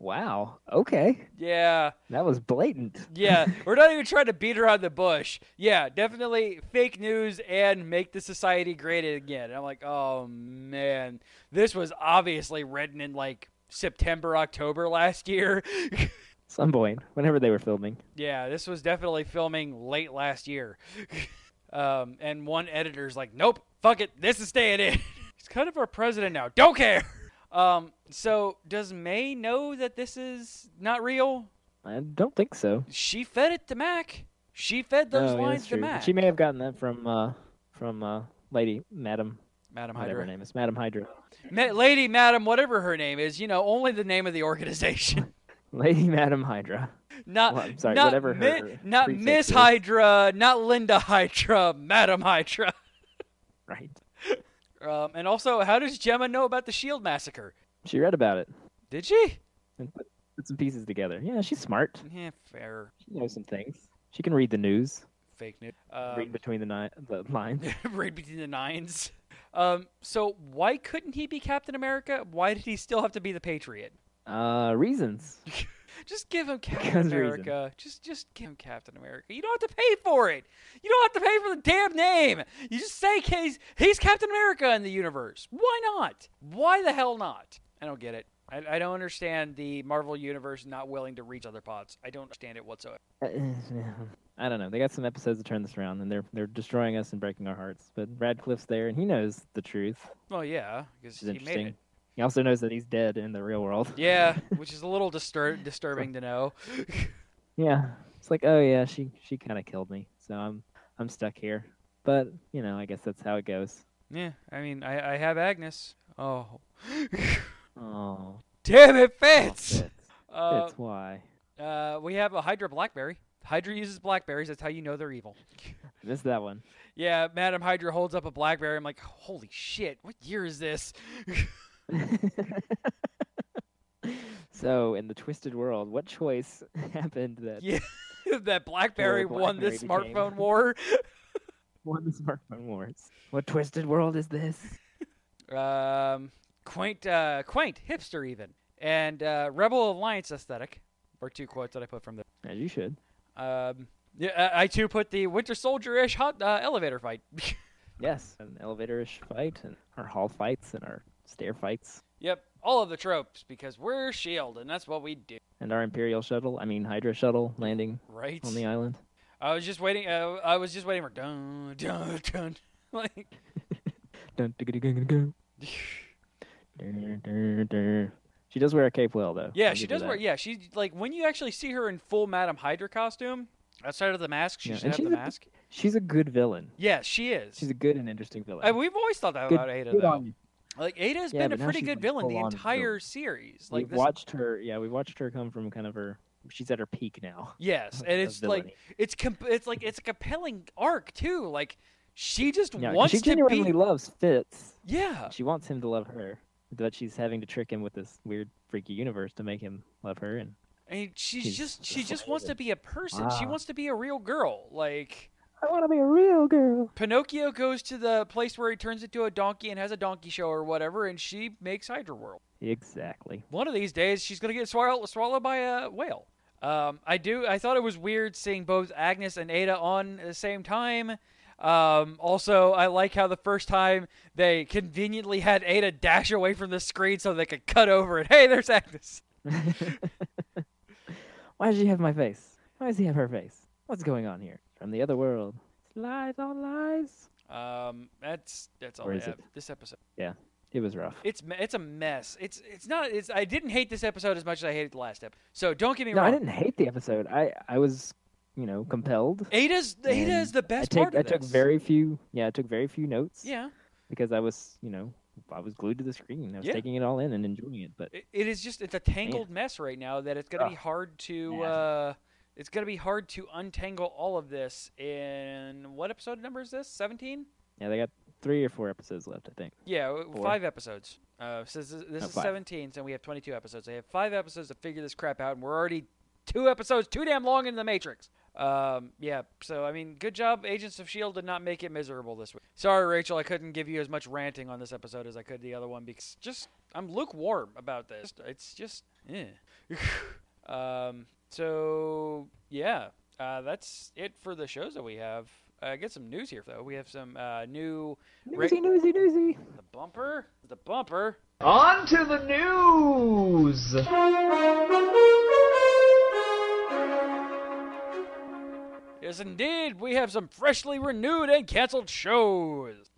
Speaker 4: wow. Okay,
Speaker 1: yeah.
Speaker 4: that was blatant.
Speaker 1: Yeah, we're not even trying to beat around the bush. Yeah, definitely fake news and make the society great again. And I'm like, oh man, this was obviously written in like September, October last year.
Speaker 4: Some point, whenever they were filming.
Speaker 1: yeah, this was definitely filming late last year. um, and one editor's like, nope, fuck it, this is staying in. He's kind of our president now. Don't care. Um, so does May know that this is not real?
Speaker 4: I don't think so.
Speaker 1: She fed it to Mac. She fed those
Speaker 4: Oh, yeah,
Speaker 1: lines
Speaker 4: that's
Speaker 1: to
Speaker 4: true.
Speaker 1: Mac.
Speaker 4: She may have gotten that from uh, from uh, Lady Madam
Speaker 1: Madam
Speaker 4: whatever her
Speaker 1: Hydra.
Speaker 4: name is, Madam Hydra.
Speaker 1: Ma- lady, madam, whatever her name is, you know, only the name of the organization.
Speaker 4: Lady Madam Hydra.
Speaker 1: Not,
Speaker 4: Well, I'm sorry,
Speaker 1: Uh, not,
Speaker 4: whatever
Speaker 1: Mi-
Speaker 4: her
Speaker 1: not
Speaker 4: prefix
Speaker 1: Miss
Speaker 4: is.
Speaker 1: Hydra, not Linda Hydra, Madam Hydra.
Speaker 4: Right.
Speaker 1: Um, and also, how does Gemma know about the Shield E Massacre?
Speaker 4: She read about it
Speaker 1: Did she?
Speaker 4: and put, put some pieces together. Yeah, she's smart.
Speaker 1: Yeah, fair.
Speaker 4: She knows some things. She can read the news,
Speaker 1: Fake news. Um,
Speaker 4: read between the, ni- the lines.
Speaker 1: read between the nines. Um, so why couldn't he be Captain America? Why did he still have to be the Patriot?
Speaker 4: Uh, reasons.
Speaker 1: Just give him Captain
Speaker 4: Because reason.
Speaker 1: America. Just just give him Captain America. You don't have to pay for it. You don't have to pay for the damn name. You just say he's he's Captain America in the universe. Why not? Why the hell not? I don't get it. I, I don't understand the Marvel universe not willing to reach other pods. I don't understand it whatsoever.
Speaker 4: Uh, I don't know. They got some episodes to turn this around, and they're they're destroying us and breaking our hearts. But Radcliffe's there, and he knows the truth,
Speaker 1: Well, yeah, because
Speaker 4: which
Speaker 1: he made
Speaker 4: is
Speaker 1: it.
Speaker 4: interesting. He also knows that he's dead in the real world.
Speaker 1: Yeah, which is a little distur- disturbing to know.
Speaker 4: Yeah. It's like, oh yeah, she she kind of killed me, so I'm I'm stuck here. But you know, I guess that's how it goes.
Speaker 1: Yeah, I mean, I, I have Agnes. Oh,
Speaker 4: Oh,
Speaker 1: damn it,
Speaker 4: that's
Speaker 1: Fitz! Uh,
Speaker 4: that's why.
Speaker 1: Uh, we have a Hydra Blackberry. Hydra uses blackberries. That's how you know they're evil.
Speaker 4: I missed that one.
Speaker 1: Yeah, Madam Hydra holds up a blackberry. I'm like, holy shit, what year is this?
Speaker 4: So in the twisted world, what choice happened that
Speaker 1: yeah, that blackberry won this
Speaker 4: Blackberry became-
Speaker 1: smartphone war.
Speaker 4: won the smartphone wars? What twisted world is this?
Speaker 1: Um, quaint, uh, quaint, hipster even, and uh, Rebel Alliance aesthetic. Or two quotes that I put from the.
Speaker 4: As you should.
Speaker 1: Um, yeah, I, I too put the Winter Soldier-ish hot uh, elevator fight.
Speaker 4: Yes, an elevator-ish fight, and our hall fights, and our stair fights,
Speaker 1: yep, all of the tropes because we're Shield E and that's what we do,
Speaker 4: and our imperial shuttle. I mean, Hydra shuttle landing
Speaker 1: right?
Speaker 4: on the island.
Speaker 1: I was just waiting. Uh, I was just waiting for dun dun dun. Like
Speaker 4: Dun, digga, digga, digga, digga. Durr, durr, durr. She does wear a cape well, though.
Speaker 1: yeah,
Speaker 4: I'll
Speaker 1: she
Speaker 4: give her
Speaker 1: does
Speaker 4: that.
Speaker 1: wear. Yeah, she like when you actually see her in full Madame Hydra costume outside of the mask. She
Speaker 4: Yeah,
Speaker 1: should
Speaker 4: and
Speaker 1: have
Speaker 4: she's
Speaker 1: the
Speaker 4: a-
Speaker 1: mask.
Speaker 4: She's a good villain.
Speaker 1: Yeah, she is.
Speaker 4: She's a good and interesting villain.
Speaker 1: Uh, we've always thought that
Speaker 4: Good-
Speaker 1: about Ada.
Speaker 4: good
Speaker 1: though.
Speaker 4: on you.
Speaker 1: Like Ada's
Speaker 4: Yeah,
Speaker 1: been a
Speaker 4: but now
Speaker 1: pretty
Speaker 4: she's,
Speaker 1: good
Speaker 4: like,
Speaker 1: villain the
Speaker 4: full-on
Speaker 1: entire
Speaker 4: villain.
Speaker 1: series. Like
Speaker 4: we've
Speaker 1: this,
Speaker 4: watched her. Yeah, we watched her come from kind of her. She's at her peak now.
Speaker 1: yes,
Speaker 4: of-
Speaker 1: and
Speaker 4: of
Speaker 1: it's like
Speaker 4: villainy.
Speaker 1: it's comp- it's like it's a compelling arc too. Like she just
Speaker 4: Yeah, 'cause
Speaker 1: wants
Speaker 4: she
Speaker 1: to
Speaker 4: genuinely
Speaker 1: be. Uh.
Speaker 4: loves Fitz.
Speaker 1: yeah,
Speaker 4: She wants him to love her, but she's having to trick him with this weird, freaky universe to make him love her. And
Speaker 1: and she's,
Speaker 4: she's
Speaker 1: just she just wants to be a person. She
Speaker 4: Wow.
Speaker 1: wants to be a real girl. Like
Speaker 4: I want to be a real girl.
Speaker 1: Pinocchio goes to the place where he turns into a donkey and has a donkey show or whatever, and she makes Hydra World.
Speaker 4: Exactly.
Speaker 1: One of these days, she's gonna get swallowed swallowed by a whale. Um, I do. I thought it was weird seeing both Agnes and Ada on at the same time. Um, also, I like how the first time they conveniently had Ada dash away from the screen so they could cut over it. Hey, there's Agnes.
Speaker 4: Why does she have my face? Why does he have her face? What's going on here? From the other world. Lies on lies.
Speaker 1: Um, that's that's all
Speaker 4: Where
Speaker 1: I
Speaker 4: is
Speaker 1: have.
Speaker 4: it?
Speaker 1: This episode.
Speaker 4: It was rough.
Speaker 1: It's me- it's a mess. It's it's not. It's I didn't hate this episode as much as I hated the last episode. So don't get me
Speaker 4: No,
Speaker 1: wrong.
Speaker 4: I didn't hate the episode. I I was, you know, compelled.
Speaker 1: Ada's Ada
Speaker 4: And
Speaker 1: is the
Speaker 4: I
Speaker 1: best
Speaker 4: took
Speaker 1: part of
Speaker 4: I took
Speaker 1: this.
Speaker 4: very few. Yeah, I took very few notes.
Speaker 1: yeah.
Speaker 4: Because I was, you know, I was glued to the screen. I was
Speaker 1: Yeah.
Speaker 4: taking it all in and enjoying it. But
Speaker 1: It, it is just it's a tangled mess right now that it's gonna be
Speaker 4: Ugh.
Speaker 1: hard to
Speaker 4: Yeah.
Speaker 1: uh, it's gonna be hard to untangle all of this in what episode number is this? Seventeen?
Speaker 4: yeah, they got three or four episodes left, I think.
Speaker 1: Yeah, w-
Speaker 4: Four.
Speaker 1: five episodes. Uh, since this, this
Speaker 4: Oh,
Speaker 1: is
Speaker 4: five.
Speaker 1: seventeen, and we have twenty-two episodes. They have five episodes to figure this crap out, and we're already two episodes too damn long into the Matrix. Um, yeah. So I mean, good job, Agents of Shield, E did not make it miserable this week. Sorry, Rachel, I couldn't give you as much ranting on this episode as I could the other one because just I'm lukewarm about this. It's just, eh. um. So yeah, uh, that's it for the shows that we have. Uh, I get some news here though. We have some uh, new Ra-
Speaker 4: Newsy, newsy, newsy.
Speaker 1: the bumper, the bumper.
Speaker 3: On to the news!
Speaker 1: Yes, indeed, we have some freshly renewed and canceled shows.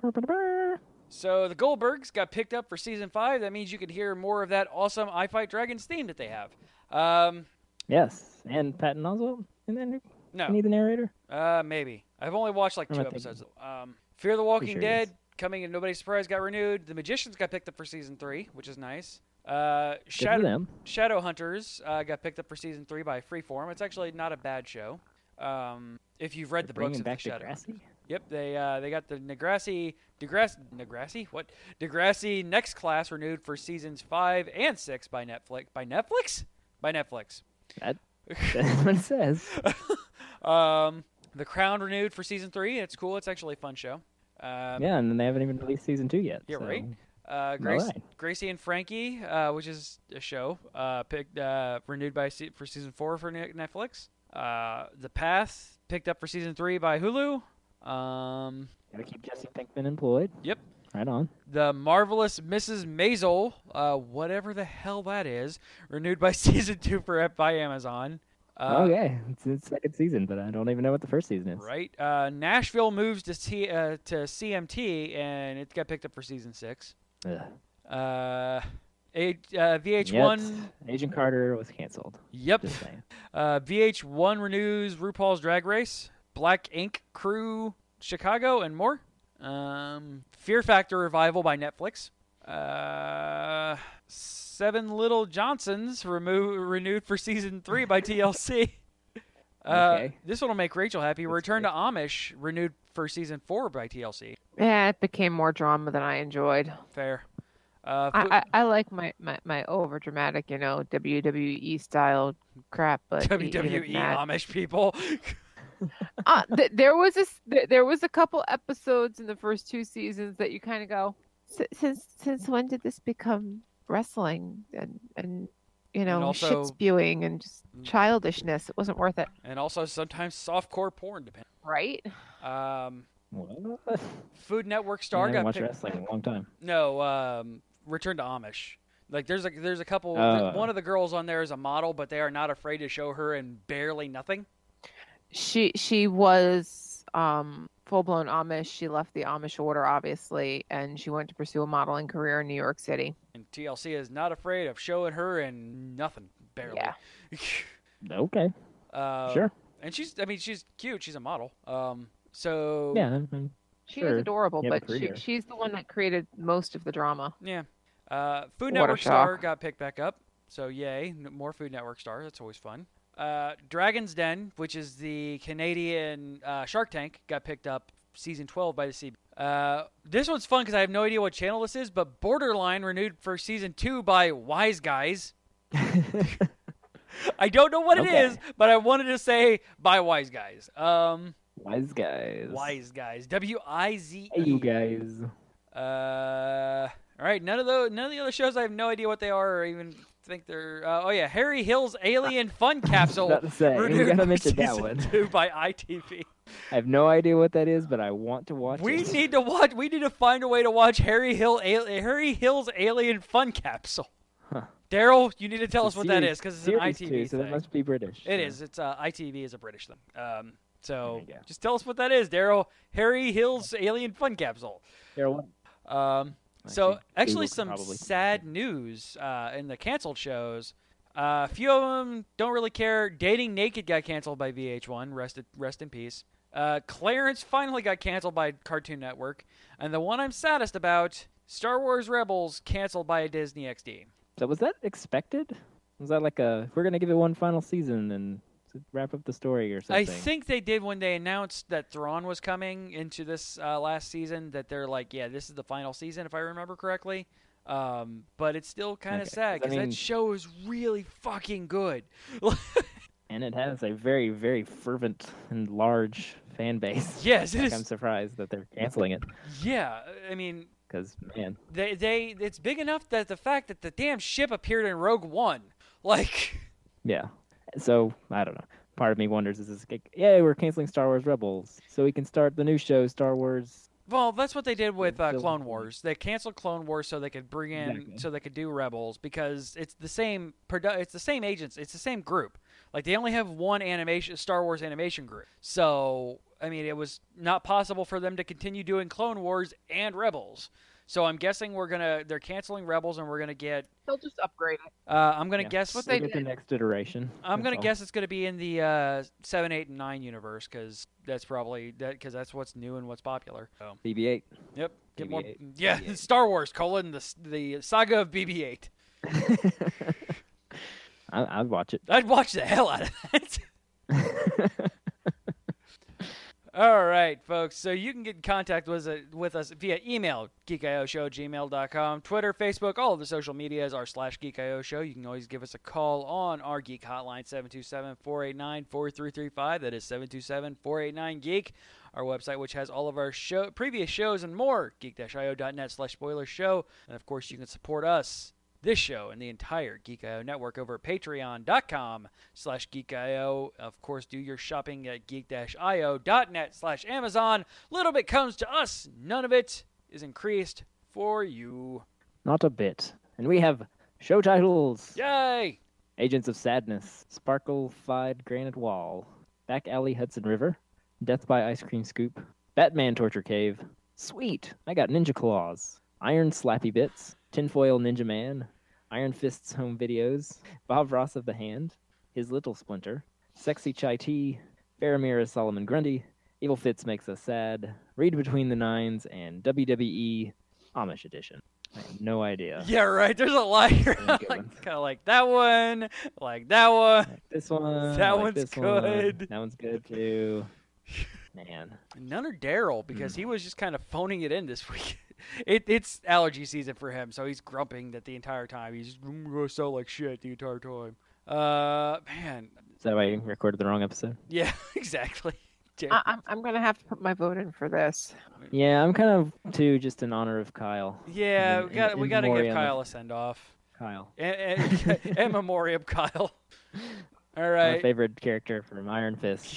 Speaker 4: Brr, brr, brr.
Speaker 1: So the Goldbergs got picked up for season five. That means you could hear more of that awesome "I Fight Dragons" theme that they have. Um,
Speaker 4: Yes, and Patton Oswalt, and then
Speaker 1: no,
Speaker 4: need the narrator.
Speaker 1: uh, maybe I've only watched like
Speaker 4: I'm
Speaker 1: two
Speaker 4: not thinking.
Speaker 1: episodes. Um, Fear the Walking
Speaker 4: sure it
Speaker 1: Dead
Speaker 4: is.
Speaker 1: coming in nobody's surprise got renewed. The Magicians got picked up for season three, which is nice. Uh,
Speaker 4: Good for
Speaker 1: Shadow
Speaker 4: them.
Speaker 1: Shadow Hunters uh, got picked up for season three by Freeform. It's actually not a bad show. Um, if you've read
Speaker 4: They're
Speaker 1: the books
Speaker 4: bringing
Speaker 1: of
Speaker 4: back
Speaker 1: the Shadow.
Speaker 4: Degrassi.
Speaker 1: Yep, they uh, they got the Negrassi Degrassi Negrassi what Degrassi Next Class renewed for seasons five and six by Netflix by Netflix by Netflix.
Speaker 4: That, that's what it says.
Speaker 1: Um, The Crown renewed for season three. It's cool. It's actually a fun show. Um,
Speaker 4: yeah, and then they haven't even released season two yet.
Speaker 1: Yeah,
Speaker 4: so.
Speaker 1: right. Uh, Grace,
Speaker 4: Alright.
Speaker 1: Gracie and Frankie, uh, which is a show uh, picked uh, renewed by se- for season four for Ne- Netflix. Uh, the Path picked up for season three by Hulu. Um,
Speaker 4: Gotta keep Jesse Pinkman employed.
Speaker 1: Yep.
Speaker 4: Right on.
Speaker 1: the marvelous Mrs. Maisel, uh, whatever the hell that is, renewed by season two for by Amazon. Uh,
Speaker 4: okay, it's its second season, but I don't even know what the first season is.
Speaker 1: Right. Uh, Nashville moves to C- uh, to CMT, and it got picked up for season six.
Speaker 4: Ugh.
Speaker 1: Uh, a- uh,
Speaker 4: Yet,
Speaker 1: VH1.
Speaker 4: Agent Carter was canceled.
Speaker 1: Yep.
Speaker 4: Just saying.
Speaker 1: Uh, VH1 renews RuPaul's Drag Race, Black Ink Crew, Chicago, and more. Um, Fear Factor revival by Netflix. Uh, Seven Little Johnsons remo- renewed for season three by TLC. Uh,
Speaker 4: Okay.
Speaker 1: This one will make Rachel happy.
Speaker 4: That's
Speaker 1: Return to Amish renewed for season four by TLC.
Speaker 5: Yeah, it became more drama than I enjoyed.
Speaker 1: Fair. Uh, Fu-
Speaker 5: I, I, I like my, my, my over dramatic, you know, WWE style crap, but e- even
Speaker 1: WWE
Speaker 5: that-
Speaker 1: Amish people.
Speaker 5: uh, th- there was a s- th- there was a couple episodes in the first two seasons that you kind of go "S- since since when did this become wrestling and and Mm. you know
Speaker 1: also-
Speaker 5: shit spewing and just childishness it wasn't worth it
Speaker 1: and also sometimes softcore porn, depending.
Speaker 5: right
Speaker 1: Um,
Speaker 4: What?
Speaker 1: Food Network
Speaker 4: I
Speaker 1: Star
Speaker 4: haven't
Speaker 1: got
Speaker 4: watched
Speaker 1: picked.
Speaker 4: wrestling in a long time.
Speaker 1: No, um, Return to Amish. Like there's a there's a couple.
Speaker 4: Oh.
Speaker 1: th- one of the girls on there is a model, but they are not afraid to show her in barely nothing.
Speaker 5: she she was um full blown Amish. She left the Amish order obviously and she went to pursue a modeling career in New York City.
Speaker 1: And TLC is not afraid of showing her in nothing, barely.
Speaker 5: Yeah.
Speaker 4: Okay.
Speaker 1: Uh,
Speaker 4: Sure.
Speaker 1: And she's, I mean, she's cute. She's a model. Um, so
Speaker 4: Yeah. I mean,
Speaker 5: She
Speaker 4: Sure.
Speaker 5: is adorable,
Speaker 4: You have a
Speaker 5: but she,
Speaker 4: career.
Speaker 5: she's the one that created most of the drama.
Speaker 1: Yeah. Uh, Food
Speaker 5: What a
Speaker 1: Network star
Speaker 5: shock.
Speaker 1: got picked back up. So yay, n- more Food Network stars. That's always fun. Uh, Dragon's Den, which is the Canadian uh, Shark Tank, got picked up season 12 by the CB. Uh, this one's fun because I have no idea what channel this is, but Borderline renewed for season two by Wise Guys. I don't know what
Speaker 4: Okay.
Speaker 1: it is, but I wanted to say by Wise Guys. Um,
Speaker 4: wise guys.
Speaker 1: Wise Guys. W I Z
Speaker 4: Hey,
Speaker 1: E.
Speaker 4: you guys.
Speaker 1: Uh, all right. None of the none of the other shows. I have no idea what they are, or even think they're. Uh, oh yeah, Harry Hill's Alien Fun Capsule.
Speaker 4: about to say, we
Speaker 1: renewed
Speaker 4: gotta
Speaker 1: for
Speaker 4: mention that
Speaker 1: season
Speaker 4: one.
Speaker 1: Two by ITV.
Speaker 4: I have no idea what that is, but I want to watch
Speaker 1: we
Speaker 4: it.
Speaker 1: need to watch. We need to find a way to watch Harry Hill. Al- Harry Hill's Alien Fun Capsule. Daryl, you need to tell us
Speaker 4: It's a
Speaker 1: what that
Speaker 4: series-
Speaker 1: is because it's an
Speaker 4: series
Speaker 1: ITV
Speaker 4: too, so that
Speaker 1: thing.
Speaker 4: must be British.
Speaker 1: It
Speaker 4: so.
Speaker 1: is. It's uh, ITV is a British thing. Um, so
Speaker 4: There you go.
Speaker 1: just tell us what that is, Daryl. Harry Hill's Alien Fun Capsule.
Speaker 4: Daryl, what-
Speaker 1: Um, so
Speaker 4: think
Speaker 1: actually,
Speaker 4: Google could
Speaker 1: some
Speaker 4: probably-
Speaker 1: sad news uh, in the canceled shows. Uh, a few of them don't really care. Dating Naked got canceled by VH1. Rest rest in peace. Uh, Clarence finally got canceled by Cartoon Network, and the one I'm saddest about, Star Wars Rebels, canceled by Disney XD.
Speaker 4: So was that expected? Was that like a we're gonna give it one final season and to wrap up the story or something?
Speaker 1: I think they did when they announced that Thrawn was coming into this uh, last season. That they're like, yeah, this is the final season, if I remember correctly. Um, but it's still kind of
Speaker 4: Okay,
Speaker 1: sad
Speaker 4: 'cause I
Speaker 1: because
Speaker 4: mean-
Speaker 1: that show is really fucking good.
Speaker 4: and it has a very very fervent and large fan base.
Speaker 1: yes, it
Speaker 4: Like, I'm
Speaker 1: is.
Speaker 4: surprised that they're canceling it
Speaker 1: Yeah, I mean,
Speaker 4: because man,
Speaker 1: they they it's big enough that the fact that the damn ship appeared in Rogue One, like,
Speaker 4: yeah. So I don't know. Part of me wonders: Is this like, yeah? We're canceling Star Wars Rebels, so we can start the new show, Star Wars.
Speaker 1: well, that's what they did with uh,
Speaker 4: Still-
Speaker 1: Clone Wars. They canceled Clone Wars so they could bring in
Speaker 4: Exactly.
Speaker 1: so they could do Rebels because it's the same produ- it's the same agents, it's the same group. Like they only have one animation Star Wars animation group. So, I mean, it was not possible for them to continue doing Clone Wars and Rebels. So, I'm guessing we're going to they're canceling Rebels and we're going to get
Speaker 5: They'll just upgrade it.
Speaker 1: uh, I'm going to
Speaker 4: Yeah.
Speaker 1: guess
Speaker 5: What
Speaker 4: We'll
Speaker 5: they
Speaker 4: get the
Speaker 5: did.
Speaker 4: next iteration.
Speaker 1: I'm
Speaker 4: that's
Speaker 1: gonna
Speaker 4: all.
Speaker 1: guess it's gonna be in the uh, seven, eight, and nine universe because that's probably that because that's what's new and what's popular. So,
Speaker 4: BB-8.
Speaker 1: yep, get more.
Speaker 4: BB-8.
Speaker 1: Yeah,
Speaker 4: BB-8.
Speaker 1: Star Wars colon the s- the saga of BB-8.
Speaker 4: I, I'd watch it.
Speaker 1: I'd watch the hell out of that. All right, folks. So you can get in contact with us, with us via email, geekioshow, gmail.com, Twitter, Facebook, all of the social medias are slash geekioshow. You can always give us a call on our geek hotline, 727-489-4335. That is 727-489-GEEK. Our website, which has all of our show, previous shows and more, geek-io.net slash spoiler show. And, of course, you can support us this show and the entire Geek IO network over at patreon.com slash geekio. Of course, do your shopping at geek-io.net slash Amazon. Little bit comes to us. None of it is increased for you.
Speaker 4: Not a bit. And we have show titles.
Speaker 1: Yay!
Speaker 4: Agents of Sadness, Sparkle Fied Granite Wall, Back Alley Hudson River, Death by Ice Cream Scoop, Batman Torture Cave, Sweet, I got Ninja Claws, Iron Slappy Bits, Tinfoil Ninja Man, Iron Fist's Home Videos, Bob Ross of the Hand, His Little Splinter, Sexy Chai Tea, Faramir is Solomon Grundy, Evil Fits Makes Us Sad, Read Between the Nines, and WWE Amish Edition. I have no idea.
Speaker 1: Yeah, right. There's a lot here.
Speaker 4: Yeah,
Speaker 1: like,
Speaker 4: good
Speaker 1: kind
Speaker 4: one.
Speaker 1: of like that one, like that one.
Speaker 4: This one.
Speaker 1: That
Speaker 4: I like
Speaker 1: one's
Speaker 4: this one.
Speaker 1: good.
Speaker 4: That one's good too. Man,
Speaker 1: None are Daryl because he was just kind of phoning it in this week. It, it's allergy season for him, so he's grumping that the entire time. He's going to sound like shit the entire time. Uh, man,
Speaker 4: is that why you recorded the wrong episode?
Speaker 1: Yeah, exactly. Jer-
Speaker 5: I, I'm I'm gonna have to put my vote in for this.
Speaker 4: Yeah, I'm kind of too, just in honor of Kyle.
Speaker 1: yeah,
Speaker 4: in-
Speaker 1: we got
Speaker 4: in-
Speaker 1: we
Speaker 4: in
Speaker 1: got to give
Speaker 4: memoriam.
Speaker 1: Kyle a send off.
Speaker 4: Kyle,
Speaker 1: And, memoriam, Kyle. All
Speaker 4: my
Speaker 1: right.
Speaker 4: favorite character from Iron Fist,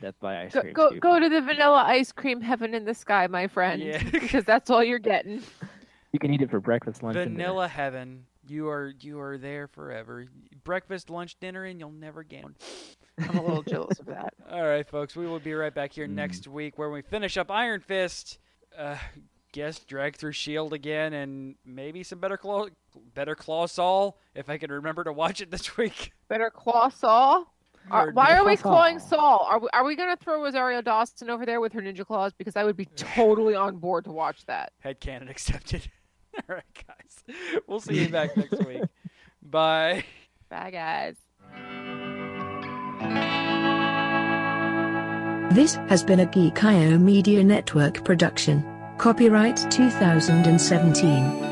Speaker 4: Death by Ice
Speaker 5: Go
Speaker 4: Cream.
Speaker 5: go,
Speaker 4: Scoop.
Speaker 5: go to the vanilla ice cream heaven in the sky, my friend,
Speaker 1: Yeah.
Speaker 5: because that's all you're getting.
Speaker 4: You can eat it for breakfast, lunch, and dinner.
Speaker 1: Vanilla heaven. You are you are there forever. Breakfast, lunch, dinner, and you'll never get one.
Speaker 5: I'm a little jealous of that.
Speaker 1: All right, folks. We will be right back
Speaker 4: Mm-hmm.
Speaker 1: here next week where we finish up Iron Fist. Uh, guess drag through Shield E again, and maybe some better claw, better claw Saul if I can remember to watch it this week.
Speaker 5: Better claw Saul. Are-
Speaker 1: Or-
Speaker 5: why are we
Speaker 4: Saul.
Speaker 5: clawing Saul? Are we, are we going to throw Rosario Dawson over there with her ninja claws? Because I would be totally on board to watch that.
Speaker 1: Head cannon accepted. All right, guys. We'll see you back next week. Bye.
Speaker 5: Bye, guys.
Speaker 7: This has been a Geek IO Media Network production. Copyright 2017.